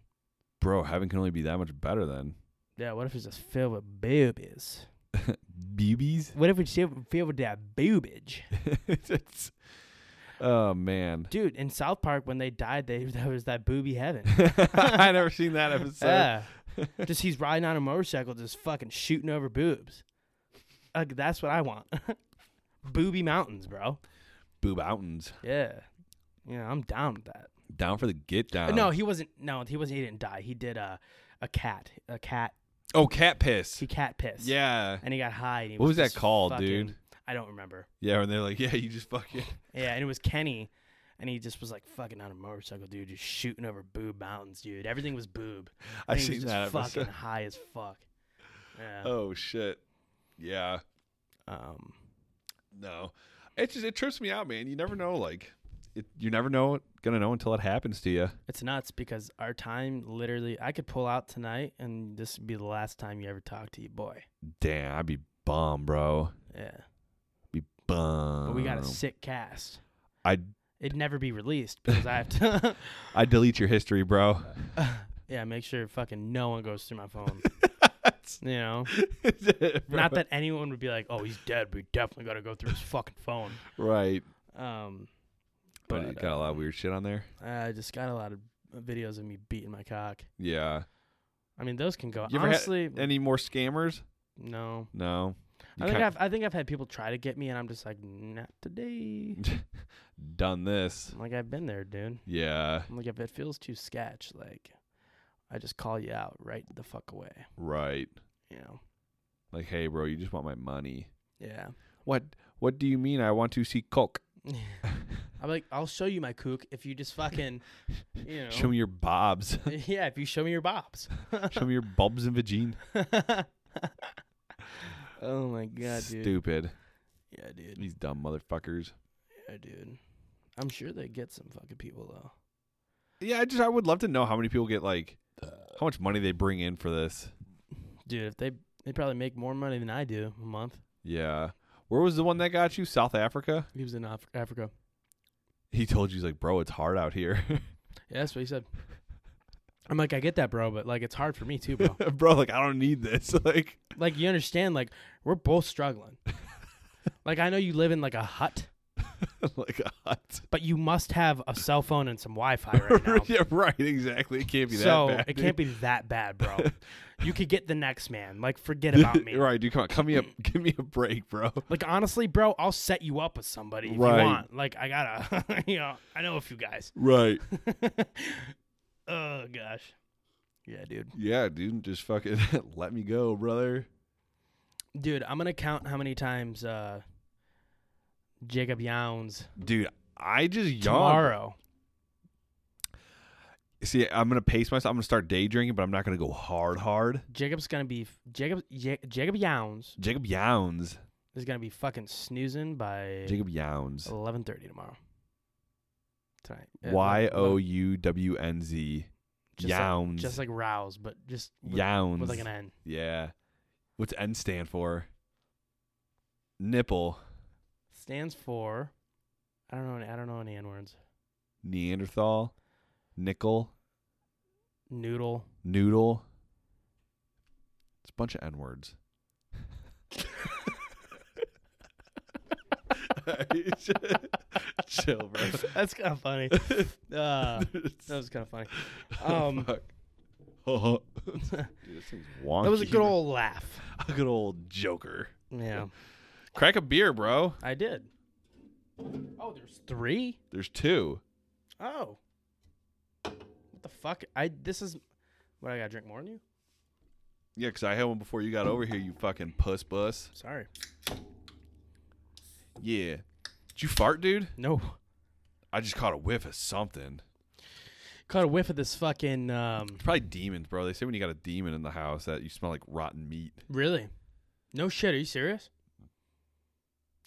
Speaker 2: Bro, heaven can only be that much better then.
Speaker 1: Yeah. What if it's just filled with boobies?
Speaker 2: BBs?
Speaker 1: What if it's filled filled with that boobage,
Speaker 2: *laughs* It's- oh, man. *laughs*
Speaker 1: dude? In South Park, when they died, they *laughs* there was that booby heaven.
Speaker 2: I never seen that episode.
Speaker 1: *laughs* Yeah. just he's riding on a motorcycle, just fucking shooting over boobs. Like that's what I want. *laughs* Booby mountains, bro.
Speaker 2: Boob Outins.
Speaker 1: Yeah. Yeah, I'm down with that.
Speaker 2: Down for the get down.
Speaker 1: no, he wasn't. No, he wasn't. He didn't die. He did a a cat, a cat.
Speaker 2: Oh, cat piss.
Speaker 1: He cat pissed.
Speaker 2: Yeah.
Speaker 1: And he got high. And he
Speaker 2: What was that
Speaker 1: just
Speaker 2: called,
Speaker 1: fucking-
Speaker 2: dude?
Speaker 1: I don't remember.
Speaker 2: Yeah, and they're like, yeah, you just fucking.
Speaker 1: *laughs* Yeah, and it was Kenny, and he just was like fucking on a motorcycle, dude, just shooting over boob mountains, dude. Everything was boob.
Speaker 2: *laughs* I
Speaker 1: And he
Speaker 2: seen
Speaker 1: was
Speaker 2: that
Speaker 1: just fucking
Speaker 2: episode.
Speaker 1: high as fuck. Yeah.
Speaker 2: Oh, shit. Yeah.
Speaker 1: Um.
Speaker 2: No. It just, it trips me out, man. You never know, like, it, you never know, gonna know until it happens to you.
Speaker 1: It's nuts because our time literally, I could pull out tonight and this would be the last time you ever talk to your boy.
Speaker 2: Damn, I'd be bummed, bro.
Speaker 1: Yeah.
Speaker 2: Be bummed.
Speaker 1: But we
Speaker 2: Um.
Speaker 1: got a sick cast.
Speaker 2: I'd,
Speaker 1: It'd never be released because I have to. *laughs*
Speaker 2: I'd delete your history, bro.
Speaker 1: yeah, make sure fucking no one goes through my
Speaker 2: *laughs*
Speaker 1: phone. you know? Not that anyone would be like, oh, he's dead. We definitely got to go through his fucking phone.
Speaker 2: Right.
Speaker 1: Um,
Speaker 2: But
Speaker 1: But, uh,
Speaker 2: it got a lot of weird shit on there.
Speaker 1: I just got a lot of videos of me beating my cock.
Speaker 2: Yeah.
Speaker 1: I mean, those can go.
Speaker 2: You ever had
Speaker 1: honestly,
Speaker 2: Any more scammers?
Speaker 1: no.
Speaker 2: No. You
Speaker 1: Mm. I think
Speaker 2: kinda
Speaker 1: I've I think I've had people try to get me, and I'm just like, not today.
Speaker 2: done this.
Speaker 1: I'm like I've been there, dude.
Speaker 2: Yeah.
Speaker 1: I'm like if it feels too sketch, like I just call you out right the fuck away.
Speaker 2: Right.
Speaker 1: You know?
Speaker 2: Like, hey, bro, you just want my money.
Speaker 1: Yeah.
Speaker 2: What? What do you mean? I want to see
Speaker 1: *laughs*
Speaker 2: coke.
Speaker 1: I'm like, I'll show you my kook if you just fucking, you know.
Speaker 2: *laughs* Show me
Speaker 1: *laughs*
Speaker 2: your bobs.
Speaker 1: yeah, if you show me your bobs.
Speaker 2: *laughs* Show me your bobs and vagine.
Speaker 1: *laughs* oh my god, dude.
Speaker 2: Stupid.
Speaker 1: Yeah, dude.
Speaker 2: These dumb motherfuckers.
Speaker 1: Yeah, dude. I'm sure they get some fucking people though.
Speaker 2: Yeah, I just I would love to know how many people get like how much money they bring in for this.
Speaker 1: Dude, if they they probably make more money than I do a month.
Speaker 2: Yeah. Where was the one that got you? South Africa?
Speaker 1: He was in Af- Africa.
Speaker 2: He told you he's like, bro, it's hard out here.
Speaker 1: Yeah, that's what he said. I'm like, I get that, bro, but like it's hard for me too, bro.
Speaker 2: *laughs* bro, like I don't need this. *laughs* Like
Speaker 1: like you understand, like we're both
Speaker 2: *laughs*
Speaker 1: struggling. like I know you live in like a hut,
Speaker 2: like a hut.
Speaker 1: but you must have a cell phone and some Wi-Fi
Speaker 2: *laughs*
Speaker 1: right now.
Speaker 2: yeah, right, exactly. It can't be
Speaker 1: so
Speaker 2: that bad.
Speaker 1: it can't be that bad,
Speaker 2: *laughs*
Speaker 1: bro. you could get the next man. Like forget about me.
Speaker 2: Right, dude, come on,
Speaker 1: *laughs*
Speaker 2: come me up give me a break, bro.
Speaker 1: Like honestly, bro, I'll set you up with somebody if
Speaker 2: Right.
Speaker 1: you want. Like I gotta, *laughs* you know, I know a few guys. *laughs*
Speaker 2: Right.
Speaker 1: oh gosh. Yeah, dude.
Speaker 2: Yeah, dude, just fucking *laughs* let me go, brother.
Speaker 1: Dude, I'm gonna count how many times uh Jacob yawns
Speaker 2: Dude, I just yawned.
Speaker 1: tomorrow.
Speaker 2: See, I'm gonna pace myself. I'm gonna start day drinking, but I'm not gonna go hard, hard.
Speaker 1: Jacob's gonna be Jacob. Ja- Jacob yawns
Speaker 2: Jacob Yowns.
Speaker 1: is gonna be fucking snoozing by
Speaker 2: Jacob Yowns.
Speaker 1: Oh, 11:30 tomorrow. Tonight. Uh,
Speaker 2: Y
Speaker 1: like-
Speaker 2: O U W N Z.
Speaker 1: just like-
Speaker 2: Yowns.
Speaker 1: Just like rouse, but just with,
Speaker 2: Yowns.
Speaker 1: with like an N.
Speaker 2: Yeah. What's N stand for? Nipple.
Speaker 1: Stands for. I don't know. any- I don't know any N words.
Speaker 2: Neanderthal. Nickel.
Speaker 1: Noodle.
Speaker 2: Noodle. bunch of N words. *laughs* Chill, bro.
Speaker 1: *laughs*
Speaker 2: *laughs*
Speaker 1: That's kind of *laughs* funny. Uh, that was kind of funny. *laughs* Um,
Speaker 2: *laughs* Fuck. Dude, this thing's wonky.
Speaker 1: that was a good old laugh.
Speaker 2: *laughs* a good old Joker.
Speaker 1: Yeah,
Speaker 2: Crack a beer, bro.
Speaker 1: I did. Oh, there's three.
Speaker 2: There's two.
Speaker 1: Oh, what the fuck? I this is what I gotta drink more than you.
Speaker 2: Yeah, because I had one before you got over here. You fucking puss bus.
Speaker 1: Sorry.
Speaker 2: Yeah. Did you fart, dude?
Speaker 1: No. *laughs*
Speaker 2: I just caught a whiff of something.
Speaker 1: Caught a whiff of this fucking. Um,
Speaker 2: It's probably demons, bro. They say when you got a demon in the house that you smell like rotten meat.
Speaker 1: really? No shit. Are you serious?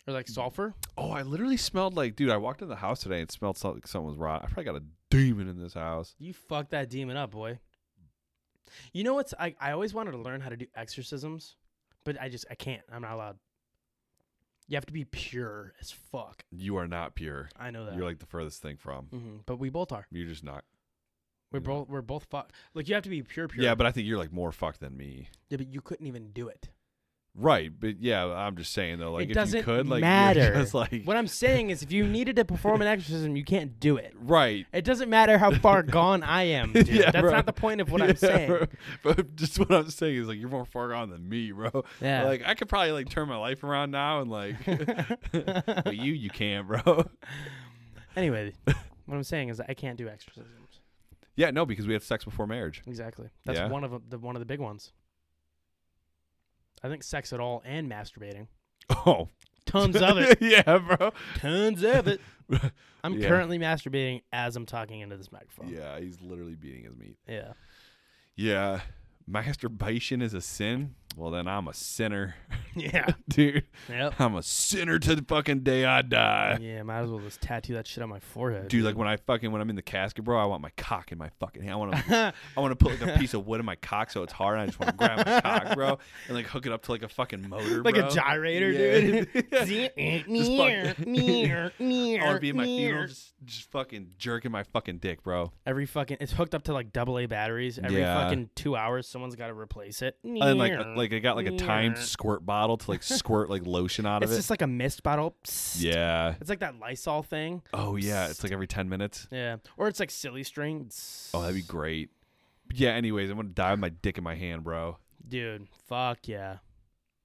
Speaker 1: Or like sulfur?
Speaker 2: Oh, I literally smelled like, dude. I walked in the house today and smelled something. Something was rotten. I probably got a demon in this house.
Speaker 1: You fucked that demon up, boy. You know what's? I I always wanted to learn how to do exorcisms, but I just I can't. I'm not allowed. You have to be pure as fuck.
Speaker 2: You are not pure.
Speaker 1: I know that.
Speaker 2: You're like the furthest thing from.
Speaker 1: hmm But we both are.
Speaker 2: You're just not.
Speaker 1: We're
Speaker 2: Yeah.
Speaker 1: both we're both fucked. Like you have to be pure, pure.
Speaker 2: Yeah, but I think you're like more fucked than me.
Speaker 1: yeah, but you couldn't even do it.
Speaker 2: Right, but yeah, I'm just saying though, like
Speaker 1: it
Speaker 2: if
Speaker 1: doesn't
Speaker 2: you could, like *laughs*
Speaker 1: matter.
Speaker 2: you're just like
Speaker 1: what I'm saying is, if you needed to perform an exorcism, you can't do it.
Speaker 2: right.
Speaker 1: It doesn't matter how
Speaker 2: *laughs*
Speaker 1: far gone I am, dude.
Speaker 2: Yeah,
Speaker 1: That's
Speaker 2: bro.
Speaker 1: not the point of what
Speaker 2: *laughs* Yeah,
Speaker 1: I'm saying.
Speaker 2: bro. But just what I'm saying is like you're more far gone than me, bro.
Speaker 1: Yeah.
Speaker 2: Like I could probably like turn my life around now
Speaker 1: *laughs*
Speaker 2: and like *laughs* but you you can't, bro. *laughs*
Speaker 1: Anyway, what I'm saying is that I can't do exorcisms.
Speaker 2: Yeah, no, because we had sex before marriage. *laughs*
Speaker 1: Exactly. That's
Speaker 2: Yeah.
Speaker 1: one of the one of the big ones. I think sex at all and masturbating.
Speaker 2: Oh.
Speaker 1: Tons of it.
Speaker 2: *laughs* yeah, bro.
Speaker 1: Tons of
Speaker 2: *laughs*
Speaker 1: it. I'm
Speaker 2: Yeah.
Speaker 1: currently masturbating as I'm talking into this microphone.
Speaker 2: Yeah, he's literally beating his meat. *laughs*
Speaker 1: Yeah.
Speaker 2: Yeah. Masturbation is a sin? Well then I'm a sinner. *laughs*
Speaker 1: Yeah.
Speaker 2: Dude.
Speaker 1: Yep.
Speaker 2: I'm a sinner to the fucking day I die.
Speaker 1: Yeah, might as well just tattoo that shit on my forehead.
Speaker 2: Dude, Uh, like when I fucking when I'm in the casket, bro, I want my cock in my fucking hand. I
Speaker 1: *laughs*
Speaker 2: want to, I want to put like a piece of wood in my cock so it's hard. And I just want to grab my cock, bro, and like hook it up to like a fucking motor,
Speaker 1: like
Speaker 2: bro.
Speaker 1: a gyrator, *laughs*
Speaker 2: Yeah.
Speaker 1: dude. eh,
Speaker 2: Just
Speaker 1: Near,
Speaker 2: fuck-
Speaker 1: near,
Speaker 2: *laughs* I want to
Speaker 1: near,
Speaker 2: be in my funeral,
Speaker 1: near.
Speaker 2: just, just fucking jerking my fucking dick, bro.
Speaker 1: Every fucking it's hooked up to like double A batteries. Every
Speaker 2: Yeah.
Speaker 1: fucking two hours, someone's got to replace it.
Speaker 2: And then, like, uh,
Speaker 1: Near,
Speaker 2: like I got like a timed
Speaker 1: near.
Speaker 2: squirt bottle to like squirt like lotion out of
Speaker 1: It's
Speaker 2: it.
Speaker 1: just like a mist bottle. Psst.
Speaker 2: yeah.
Speaker 1: It's like that Lysol thing.
Speaker 2: Oh yeah, it's like every ten minutes.
Speaker 1: Yeah. Or it's like silly string.
Speaker 2: Oh, that'd be great. But yeah. Anyways, I'm gonna die with my dick in my hand, bro.
Speaker 1: Dude, fuck yeah.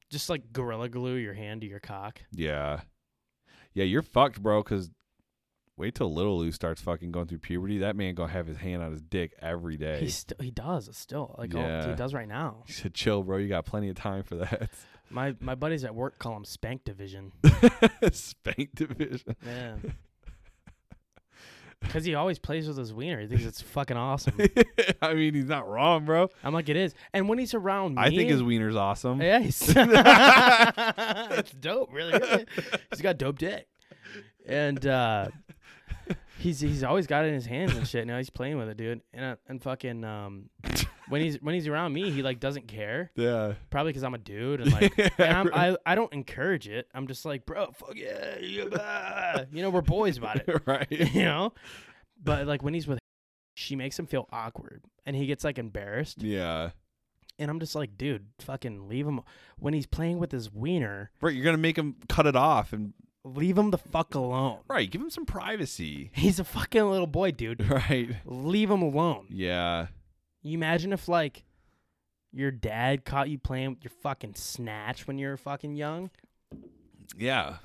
Speaker 1: Just like gorilla glue your hand to your cock.
Speaker 2: Yeah. Yeah, you're fucked, bro, because wait till Little Lou starts fucking going through puberty. That man gonna have his hand on his dick every day.
Speaker 1: He still he does it's still like oh,
Speaker 2: Yeah.
Speaker 1: he does right now.
Speaker 2: *laughs* he said, chill, bro. You got plenty of time for that. *laughs*
Speaker 1: My my buddies at work call him spank division.
Speaker 2: Spank division. *laughs*
Speaker 1: Yeah. *laughs* Because he always plays with his wiener. He thinks it's fucking
Speaker 2: *laughs*
Speaker 1: awesome.
Speaker 2: I mean, he's not wrong, bro.
Speaker 1: I'm like, it is. And when he's around me,
Speaker 2: I think his wiener's awesome.
Speaker 1: yeah, he's it's dope, really. really. He's got dope dick, and uh, he's he's always got it in his hands and shit. Now he's playing with it, dude. And I, and fucking um, when he's when he's around me, he like doesn't care.
Speaker 2: Yeah.
Speaker 1: Probably because I'm a dude and
Speaker 2: *laughs*
Speaker 1: like,
Speaker 2: Yeah,
Speaker 1: and I'm,
Speaker 2: bro.
Speaker 1: I I don't encourage it. I'm just like, bro, fuck yeah, yeah, blah." uh, you know, we're boys about it.
Speaker 2: *laughs*
Speaker 1: *laughs*
Speaker 2: right.
Speaker 1: you know but like when he's with she makes him feel awkward and he gets like embarrassed
Speaker 2: Yeah.
Speaker 1: and i'm just like dude fucking leave him when he's playing with his wiener
Speaker 2: Right. You're gonna make him cut it off and
Speaker 1: leave him the fuck alone
Speaker 2: right. Give him some privacy. *laughs*
Speaker 1: he's a fucking little boy dude
Speaker 2: Right.
Speaker 1: leave him alone
Speaker 2: Yeah.
Speaker 1: you imagine if like your dad caught you playing with your fucking snatch when you were fucking young
Speaker 2: Yeah.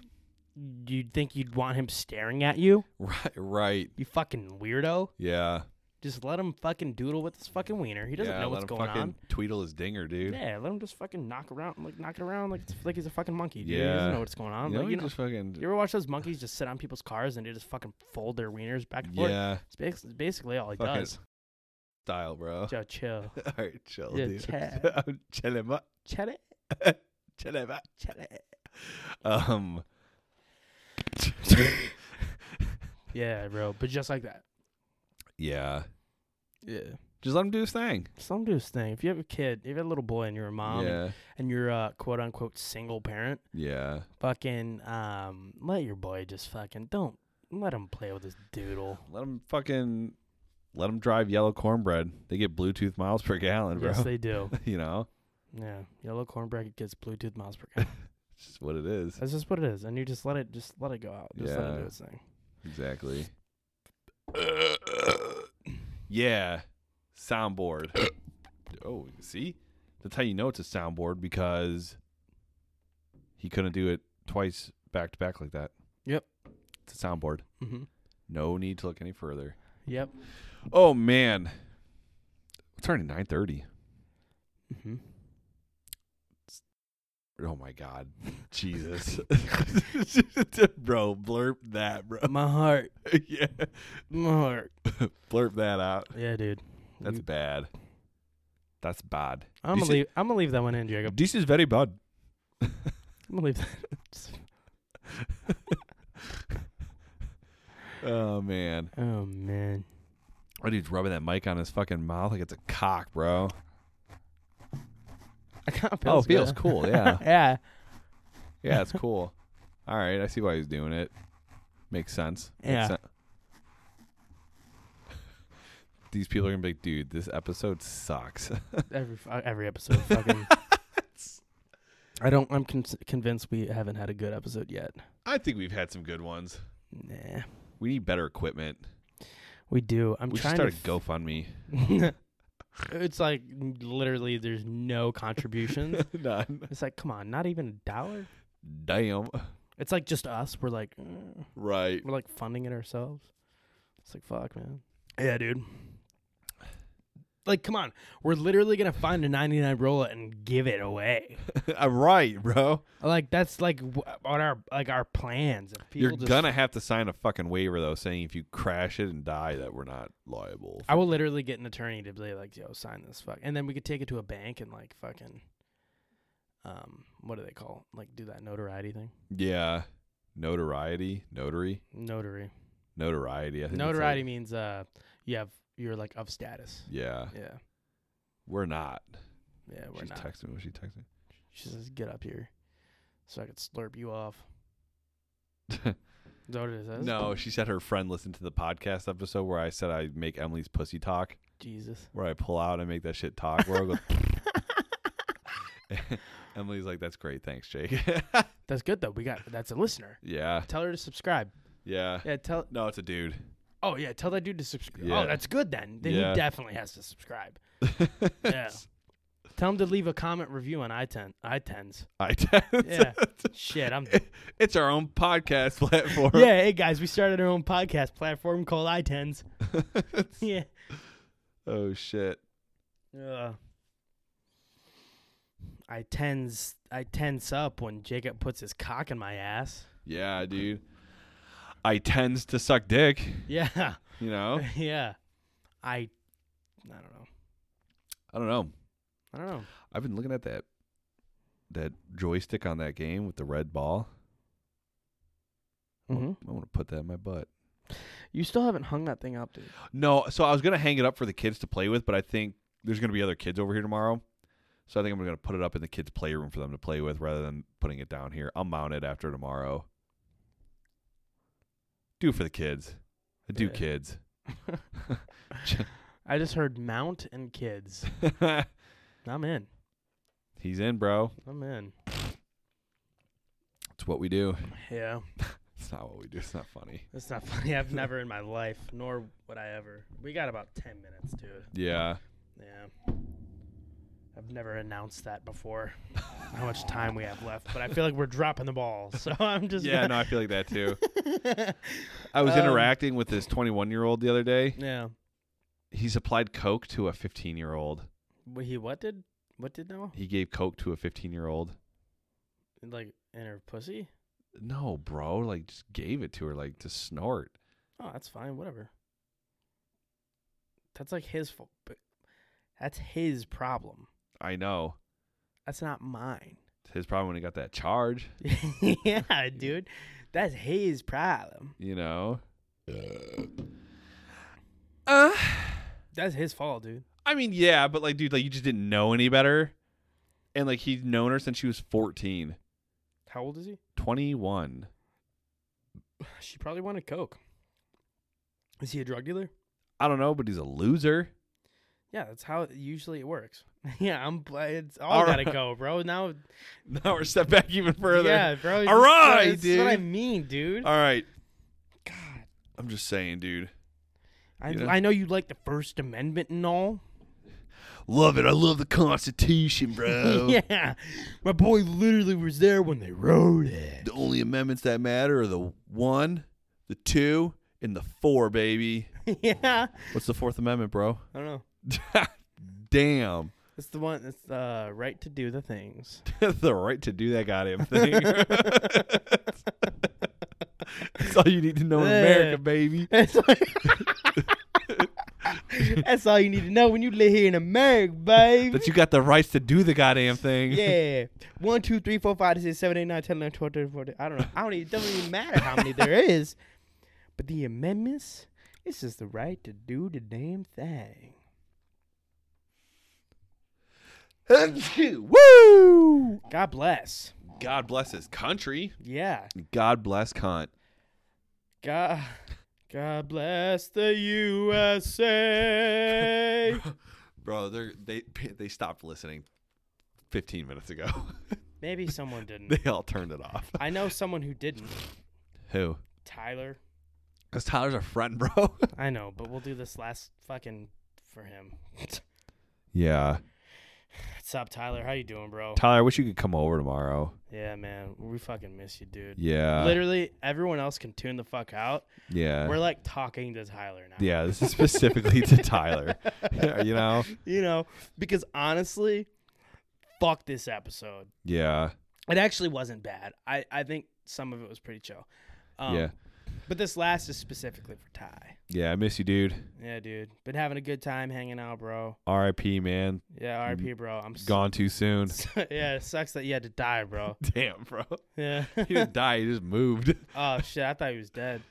Speaker 1: you'd think you'd want him staring at you
Speaker 2: Right. Right.
Speaker 1: you fucking weirdo
Speaker 2: Yeah.
Speaker 1: just let him fucking doodle with his fucking wiener he doesn't
Speaker 2: yeah,
Speaker 1: know what's
Speaker 2: let him
Speaker 1: going
Speaker 2: fucking
Speaker 1: on
Speaker 2: Tweedle his dinger, dude.
Speaker 1: Yeah, let him just fucking knock around, like knock it around, like it's, like he's a fucking monkey. Dude. he
Speaker 2: Yeah.
Speaker 1: doesn't know what's going on.
Speaker 2: You know,
Speaker 1: like,
Speaker 2: you
Speaker 1: you, know,
Speaker 2: just fucking
Speaker 1: you ever watch those monkeys just sit on people's cars and they just fucking fold their wieners back and forth?
Speaker 2: Yeah.
Speaker 1: It's bas- basically all he
Speaker 2: Fucking-
Speaker 1: does.
Speaker 2: Style, bro.
Speaker 1: Joe, chill,
Speaker 2: *laughs* All right, chill,
Speaker 1: Yeah,
Speaker 2: dude.
Speaker 1: chill.
Speaker 2: *laughs* I'm chilling, ma-
Speaker 1: chat it,
Speaker 2: chilling, ma-
Speaker 1: chat it.
Speaker 2: Um. *laughs*
Speaker 1: Yeah, bro, but just like that.
Speaker 2: yeah.
Speaker 1: Yeah,
Speaker 2: Just let him do his thing.
Speaker 1: just let him do his thing. If you have a kid, if you have a little boy and you're a mom and,
Speaker 2: yeah.
Speaker 1: and you're a quote unquote single parent,
Speaker 2: Yeah.
Speaker 1: fucking um, let your boy just fucking don't let him play with his doodle.
Speaker 2: Let him fucking let him drive yellow cornbread. They get Bluetooth miles per gallon, bro.
Speaker 1: Yes, they do.
Speaker 2: *laughs* you know.
Speaker 1: Yeah, yellow corn bracket gets Bluetooth miles per gallon.
Speaker 2: It's just what it is.
Speaker 1: That's just what it is, and you just let it, just let it go out, just let it do
Speaker 2: Yeah.
Speaker 1: its thing. *laughs*
Speaker 2: Exactly. yeah. Soundboard. oh, see? That's how you know it's a soundboard because he couldn't do it twice back to back like that.
Speaker 1: Yep.
Speaker 2: It's a soundboard.
Speaker 1: Mm-hmm.
Speaker 2: No need to look any further.
Speaker 1: Yep.
Speaker 2: Oh man. It's already nine thirty.
Speaker 1: Mm-hmm.
Speaker 2: Oh my god. *laughs* Jesus. *laughs* bro, blurp that, bro.
Speaker 1: My heart,
Speaker 2: *laughs* yeah.
Speaker 1: my heart.
Speaker 2: Blurp that out.
Speaker 1: Yeah, dude.
Speaker 2: That's
Speaker 1: You-
Speaker 2: bad. That's bad.
Speaker 1: I'm
Speaker 2: you
Speaker 1: gonna
Speaker 2: said-
Speaker 1: leave. I'm gonna leave that one in, Jacob.
Speaker 2: This is very bad.
Speaker 1: I'm gonna leave that.
Speaker 2: Oh man,
Speaker 1: Oh man.
Speaker 2: that dude's rubbing that mic on his fucking mouth like it's a cock, bro.
Speaker 1: I kind of
Speaker 2: Oh, it feels cool,
Speaker 1: *laughs*
Speaker 2: yeah.
Speaker 1: yeah.
Speaker 2: Yeah, it's cool. All right, I see why he's doing it. Makes sense. Makes
Speaker 1: Yeah.
Speaker 2: sen- *laughs* These people are gonna be like, dude, this episode sucks. *laughs*
Speaker 1: Every fu- every episode, fucking. I don't. I'm con- convinced we haven't had a good episode yet.
Speaker 2: I think we've had some good ones.
Speaker 1: Nah,
Speaker 2: We need better equipment.
Speaker 1: we do. I'm
Speaker 2: we should
Speaker 1: trying
Speaker 2: start
Speaker 1: to.
Speaker 2: a GoFundMe.
Speaker 1: f- *laughs* it's like literally, there's no contributions.
Speaker 2: *laughs* None.
Speaker 1: it's like, come on, not even a dollar.
Speaker 2: Damn.
Speaker 1: It's like just us. We're like, "Eh."
Speaker 2: *laughs* Right.
Speaker 1: we're like funding it ourselves. It's like fuck, man. Yeah, dude. Like, come on. We're literally gonna find a 99 Rolla and give it away.
Speaker 2: I'm Uh, right, bro.
Speaker 1: *laughs* Like that's like wh- on our like our plans. If people
Speaker 2: You're
Speaker 1: just-
Speaker 2: gonna have to sign a fucking waiver though, saying if you crash it and die, that we're not liable.
Speaker 1: I will literally get an attorney to be like, "Yo, sign this fuck," and then we could take it to a bank and like fucking, um, what do they call like do that notoriety thing?
Speaker 2: Yeah. Notoriety. Notary.
Speaker 1: Notary.
Speaker 2: Notoriety. I think it's like-
Speaker 1: Notoriety means uh, you have you're like of status.
Speaker 2: yeah.
Speaker 1: Yeah,
Speaker 2: We're not.
Speaker 1: yeah, we're
Speaker 2: She's
Speaker 1: not.
Speaker 2: texting me. Was she texting?
Speaker 1: She says, "Get up here, so I could slurp you off."
Speaker 2: *laughs*
Speaker 1: Is that what it says?
Speaker 2: no, she said her friend listened to the podcast episode where I said I make Emily's pussy talk,
Speaker 1: Jesus.
Speaker 2: where I pull out and make that shit talk. Where I go, *laughs* Emily's like, "That's great, thanks, Jake."
Speaker 1: *laughs*
Speaker 2: *laughs*
Speaker 1: That's good though. We got that's a listener.
Speaker 2: yeah,
Speaker 1: Tell her to subscribe.
Speaker 2: yeah.
Speaker 1: Yeah, tell.
Speaker 2: No, it's a dude. *laughs*
Speaker 1: Oh yeah, tell that dude to subscribe.
Speaker 2: Yeah.
Speaker 1: Oh, that's good then. Then
Speaker 2: Yeah.
Speaker 1: he definitely has to subscribe. yeah. Tell him to leave a comment review on iTen
Speaker 2: *laughs*
Speaker 1: iTens.
Speaker 2: I
Speaker 1: Yeah. Shit,
Speaker 2: *laughs*
Speaker 1: I'm.
Speaker 2: it's our own podcast *laughs* platform.
Speaker 1: Yeah, hey guys, we started our own podcast platform called
Speaker 2: *laughs*
Speaker 1: iTens. yeah.
Speaker 2: oh shit.
Speaker 1: Uh, I tens I tense up when Jacob puts his cock in my ass. *laughs*
Speaker 2: Yeah, dude. I tends to suck dick.
Speaker 1: Yeah.
Speaker 2: You know.
Speaker 1: *laughs* yeah. I. I don't know.
Speaker 2: I don't know.
Speaker 1: I don't know.
Speaker 2: I've been looking at that that joystick on that game with the red ball.
Speaker 1: Mm-hmm.
Speaker 2: I want to put that in my butt.
Speaker 1: You still haven't hung that thing up, dude.
Speaker 2: No, so I was gonna hang it up for the kids to play with, but I think there's gonna be other kids over here tomorrow. So I think I'm gonna put it up in the kids' playroom for them to play with rather than putting it down here. I'll mount it after tomorrow. Do for the kids. I do
Speaker 1: Yeah.
Speaker 2: kids. *laughs*
Speaker 1: I just heard Mount and kids. I'm in.
Speaker 2: He's in, bro.
Speaker 1: I'm in.
Speaker 2: It's what we do.
Speaker 1: Yeah.
Speaker 2: It's not what we do. It's not funny.
Speaker 1: That's not funny. I've never in my life, nor would I ever. We got about 10 minutes, dude.
Speaker 2: Yeah.
Speaker 1: Yeah. I've never announced that before, *laughs* how much time we have left, but I feel like we're dropping the ball. So *laughs* I'm just.
Speaker 2: Yeah, no, I feel like that too.
Speaker 1: *laughs*
Speaker 2: I was
Speaker 1: Um,
Speaker 2: interacting with this 21 year old the other day.
Speaker 1: Yeah.
Speaker 2: He supplied Coke to a 15 year old.
Speaker 1: Wait, He what did? What did Noah?
Speaker 2: He gave Coke to a 15 year old.
Speaker 1: Like, in her pussy?
Speaker 2: No, bro. Like, just gave it to her, like, to snort.
Speaker 1: Oh, that's fine. Whatever. That's like his fault. But that's his problem.
Speaker 2: I know.
Speaker 1: That's not mine. *laughs*
Speaker 2: It's his problem when he got that charge,
Speaker 1: yeah, dude. That's his problem.
Speaker 2: you know?
Speaker 1: Uh. That's his fault, dude.
Speaker 2: I mean, yeah, but, like, dude, like, you just didn't know any better. And, like, he'd known her since she was 14,
Speaker 1: How old is he?
Speaker 2: 21.
Speaker 1: She probably wanted coke. Is he a drug dealer?
Speaker 2: I don't know, but he's a loser. *laughs*
Speaker 1: Yeah, that's how it- usually it works. *laughs* yeah, I'm. bl- It's all,
Speaker 2: All
Speaker 1: gotta
Speaker 2: right.
Speaker 1: go, bro. Now,
Speaker 2: Now we're step back even *laughs* further.
Speaker 1: yeah, bro.
Speaker 2: All right,
Speaker 1: that's what I
Speaker 2: dude.
Speaker 1: mean, dude.
Speaker 2: All right.
Speaker 1: God,
Speaker 2: I'm just saying, dude.
Speaker 1: I,
Speaker 2: you know?
Speaker 1: I know you like the First Amendment and all. *laughs*
Speaker 2: Love it. I love the Constitution, bro.
Speaker 1: *laughs* yeah, my boy literally was there when they wrote
Speaker 2: *laughs*
Speaker 1: it. *laughs*
Speaker 2: The only amendments that matter are the one, the two, and the four, baby.
Speaker 1: yeah,
Speaker 2: What's the Fourth
Speaker 1: *laughs*
Speaker 2: Amendment, bro?
Speaker 1: I don't know.
Speaker 2: Damn. *laughs*
Speaker 1: It's the one. It's the uh, right to do the things. *laughs*
Speaker 2: the right to do that goddamn thing. *laughs* That's all you need to know in America, baby.
Speaker 1: That's
Speaker 2: *laughs*
Speaker 1: all, *laughs* That's all you need to know when you live here in America, baby.
Speaker 2: That you got the rights to do the goddamn thing.
Speaker 1: yeah. *laughs* One, two, three, four, five, six, seven, eight, nine, ten, eleven, twelve, thirteen, fourteen. I don't know. I don't even. It doesn't even matter how many *laughs* there is. But the amendments. This is the right to do the damn thing.
Speaker 2: *laughs* Woo!
Speaker 1: God bless.
Speaker 2: God bless his country.
Speaker 1: Yeah.
Speaker 2: God bless Kant.
Speaker 1: God. God bless the USA.
Speaker 2: *laughs* Bro, they're, they they stopped listening 15 minutes ago. *laughs*
Speaker 1: Maybe someone didn't.
Speaker 2: they all turned it off.
Speaker 1: I know someone who didn't.
Speaker 2: *laughs* Who?
Speaker 1: Tyler.
Speaker 2: Because Tyler's our friend, bro. *laughs*
Speaker 1: I know, but we'll do this last fucking for him. *laughs*
Speaker 2: yeah.
Speaker 1: What's up, Tyler? How you doing, bro?
Speaker 2: Tyler, I wish you could come over tomorrow.
Speaker 1: Yeah, man. We fucking miss you, dude.
Speaker 2: Yeah.
Speaker 1: Literally, everyone else can tune the fuck out.
Speaker 2: Yeah.
Speaker 1: We're like talking to Tyler now.
Speaker 2: uh, yeah, this is specifically to Tyler. *laughs*
Speaker 1: *laughs*
Speaker 2: Uh, you know?
Speaker 1: You know, because honestly, fuck this episode.
Speaker 2: Yeah.
Speaker 1: It actually wasn't bad. I, I think some of it was pretty chill. Um,
Speaker 2: yeah.
Speaker 1: But this last is specifically for Ty.
Speaker 2: Yeah, I miss you, dude.
Speaker 1: Yeah, dude. Been having a good time hanging out, bro.
Speaker 2: RIP, man.
Speaker 1: Yeah, RP, bro. I'm s-
Speaker 2: Mm-hmm.
Speaker 1: *laughs*
Speaker 2: Gone too soon.
Speaker 1: yeah, it sucks that you had to die,
Speaker 2: *laughs*
Speaker 1: bro.
Speaker 2: Damn, bro.
Speaker 1: Yeah.
Speaker 2: He didn't die, he just moved.
Speaker 1: *laughs* oh shit, I thought he was dead.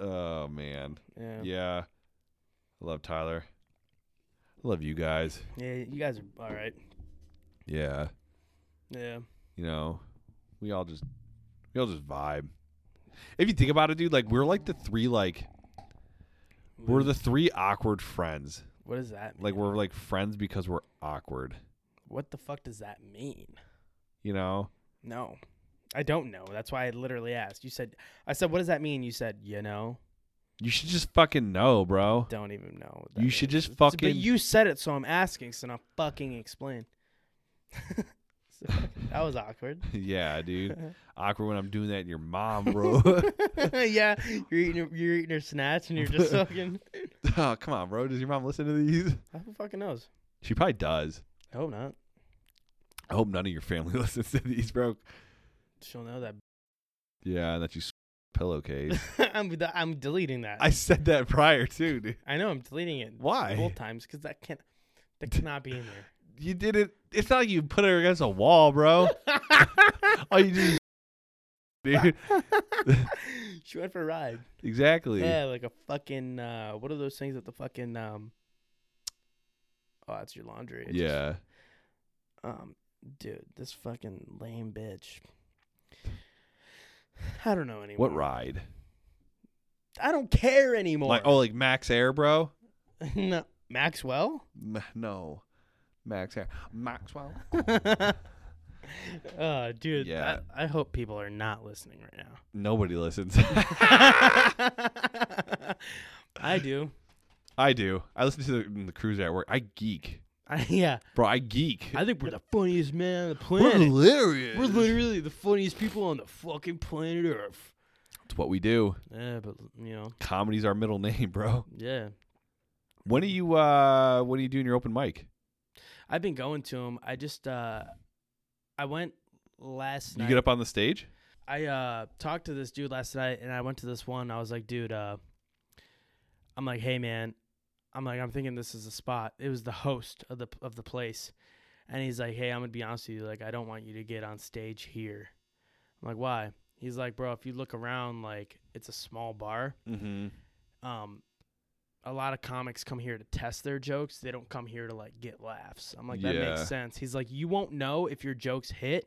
Speaker 2: Oh man.
Speaker 1: Yeah. Yeah,
Speaker 2: Yeah. I love Tyler. I love you guys.
Speaker 1: you guys are all right.
Speaker 2: Yeah.
Speaker 1: Yeah.
Speaker 2: You know, we all just we all just vibe. If you think about it, dude, like we're like the three like we're the three awkward friends.
Speaker 1: What does that mean?
Speaker 2: Like we're like friends because we're awkward.
Speaker 1: What the fuck does that mean?
Speaker 2: You know?
Speaker 1: No. I don't know. That's why I literally asked. You said I said what does that mean? You said, "You know."
Speaker 2: You should just fucking know, bro. *laughs*
Speaker 1: Don't even know. What that
Speaker 2: You should
Speaker 1: means.
Speaker 2: just
Speaker 1: It's-
Speaker 2: fucking-
Speaker 1: But you said it, so I'm asking, so now fucking explain. *laughs* So, that was awkward. *laughs*
Speaker 2: yeah, dude. awkward when I'm doing that to your mom, *laughs* bro.
Speaker 1: yeah, you're eating her- you're eating her snatch and you're
Speaker 2: *laughs*
Speaker 1: just fucking
Speaker 2: oh, come on, bro. Does your mom listen to these?
Speaker 1: Who fucking knows?
Speaker 2: She probably does.
Speaker 1: I hope not.
Speaker 2: I hope none of your family *laughs* listens to these, bro.
Speaker 1: She'll know that.
Speaker 2: Yeah, and that you *laughs* s- pillowcase.
Speaker 1: *laughs* I'm I'm deleting that.
Speaker 2: *laughs* I said that prior too, dude.
Speaker 1: I know I'm deleting it
Speaker 2: Why?
Speaker 1: both times because that can't that cannot be in there.
Speaker 2: You did it. It's not like you put her against a wall, *laughs* bro.
Speaker 1: *laughs*
Speaker 2: All you do, is *laughs* dude.
Speaker 1: she went for a
Speaker 2: *laughs*
Speaker 1: ride.
Speaker 2: Exactly.
Speaker 1: Yeah, like a fucking uh, what are those things that the fucking um. Oh, that's your laundry. It's just-
Speaker 2: Yeah.
Speaker 1: um, dude, this fucking lame bitch. I don't know anymore.
Speaker 2: What ride?
Speaker 1: I don't care anymore.
Speaker 2: Like oh, like Max Air, bro.
Speaker 1: *laughs* no, Maxwell. *laughs*
Speaker 2: M- no, Max Air. Maxwell.
Speaker 1: Oh, dude.
Speaker 2: Yeah.
Speaker 1: I, I hope people are not listening right
Speaker 2: *laughs*
Speaker 1: now. *laughs*
Speaker 2: Nobody listens. *laughs*
Speaker 1: I do.
Speaker 2: I do. I listen to the, the cruiser at work. I geek,
Speaker 1: I, yeah.
Speaker 2: bro. I geek.
Speaker 1: I think we're the funniest man on the
Speaker 2: We're
Speaker 1: planet.
Speaker 2: hilarious.
Speaker 1: We're literally the funniest people on the fucking planet Earth.
Speaker 2: It's what we do.
Speaker 1: Yeah, but you know,
Speaker 2: Comedy's our middle *laughs* name, bro.
Speaker 1: yeah.
Speaker 2: When are you? uh What are you doing your open mic?
Speaker 1: I've been going to them. I just uh I went last
Speaker 2: You
Speaker 1: night.
Speaker 2: get up on the stage?
Speaker 1: I uh talked to this dude last night and I went to this one. I was like, dude, uh I'm like, hey man, I'm like, I'm thinking this is a spot. It was the host of the of the place. And he's like, Hey, I'm gonna be honest with you, like I don't want you to get on stage here. I'm like, why? He's like, bro, if you look around, like it's a small bar.
Speaker 2: Mm-hmm.
Speaker 1: Um a lot of comics come here to test their jokes. They don't come here to like get laughs. I'm like, that
Speaker 2: Yeah.
Speaker 1: makes sense. He's like, you won't know if your jokes hit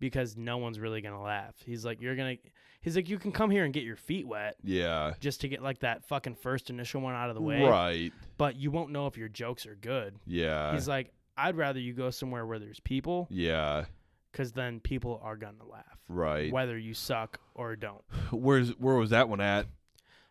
Speaker 1: because no one's really gonna laugh. He's like, you're gonna. He's like, you can come here and get your feet wet
Speaker 2: Yeah.
Speaker 1: just to get like that fucking first initial one out of the way,
Speaker 2: Right.
Speaker 1: but you won't know if your jokes are good.
Speaker 2: Yeah.
Speaker 1: he's like, I'd rather you go somewhere where there's people,
Speaker 2: yeah.
Speaker 1: because then people are gonna laugh,
Speaker 2: Right.
Speaker 1: whether you suck or don't.
Speaker 2: Where's where was that one at?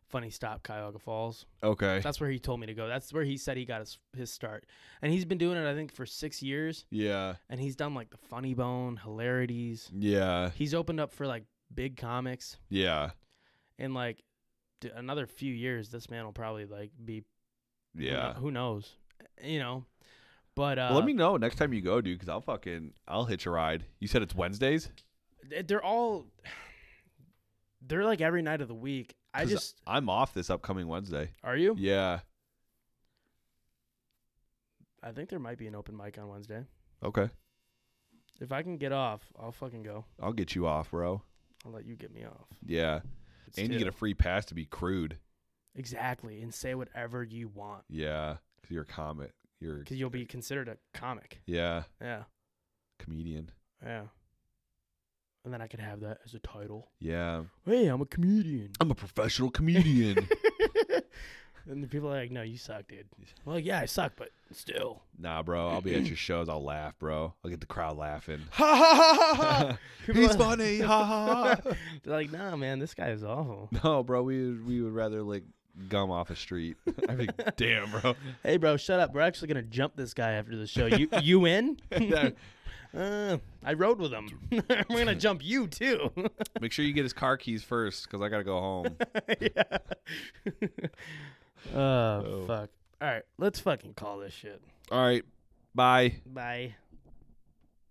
Speaker 1: Funny stop, Cuyahoga Falls.
Speaker 2: Okay.
Speaker 1: That's where he told me to go. That's where he said he got his his start, and he's been doing it I think for six years,
Speaker 2: Yeah.
Speaker 1: and he's done like the Funny Bone, Hilarities.
Speaker 2: Yeah.
Speaker 1: He's opened up for like big comics,
Speaker 2: Yeah.
Speaker 1: and like d- another few years, this man will probably like be who kno-
Speaker 2: Yeah.
Speaker 1: Who, knows, you know? But uh,
Speaker 2: Well, let me know next time you go, dude, because I'll fucking I'll hitch a ride. You said it's Wednesdays.
Speaker 1: th- they're all they're like every night of the week. I
Speaker 2: 'Cause
Speaker 1: just
Speaker 2: I'm off this upcoming Wednesday.
Speaker 1: are you?
Speaker 2: Yeah.
Speaker 1: I think there might be an open mic on Wednesday.
Speaker 2: Okay.
Speaker 1: If I can get off, I'll fucking go.
Speaker 2: I'll get you off, bro.
Speaker 1: I'll let you get me off.
Speaker 2: Yeah.
Speaker 1: It's
Speaker 2: and you
Speaker 1: two.
Speaker 2: get a free pass to be crude.
Speaker 1: exactly and say whatever you want
Speaker 2: Yeah. Cause you're a comic. You're
Speaker 1: because you'll be considered a comic.
Speaker 2: yeah
Speaker 1: Yeah,
Speaker 2: comedian.
Speaker 1: yeah. And then I could have that as a title.
Speaker 2: Yeah.
Speaker 1: Hey, I'm a comedian.
Speaker 2: I'm a professional comedian.
Speaker 1: *laughs* and the people are like, "No, you suck, dude." I'm like, yeah, I suck, but still.
Speaker 2: *laughs* nah, bro. I'll be at your shows. I'll laugh, bro. I'll get the crowd laughing.
Speaker 1: Ha ha ha!
Speaker 2: *laughs*
Speaker 1: People
Speaker 2: He's
Speaker 1: are-
Speaker 2: funny. Ha ha.
Speaker 1: *laughs*
Speaker 2: ha.
Speaker 1: They're like, "Nah, man, this guy is awful."
Speaker 2: *laughs* No, Oh, bro, we would, we would rather like gum off a street. *laughs* I mean, damn, bro. *laughs*
Speaker 1: Hey, bro, shut up. We're actually gonna jump this guy after the show. You you in? *laughs*
Speaker 2: Yeah.
Speaker 1: Uh, I rode with him. *laughs* We're gonna jump you too. *laughs*
Speaker 2: Make sure you get his car keys first, because I gotta go home.
Speaker 1: yeah. *laughs* Uh, oh fuck. All right, let's fucking call this shit.
Speaker 2: All right, bye.
Speaker 1: Bye.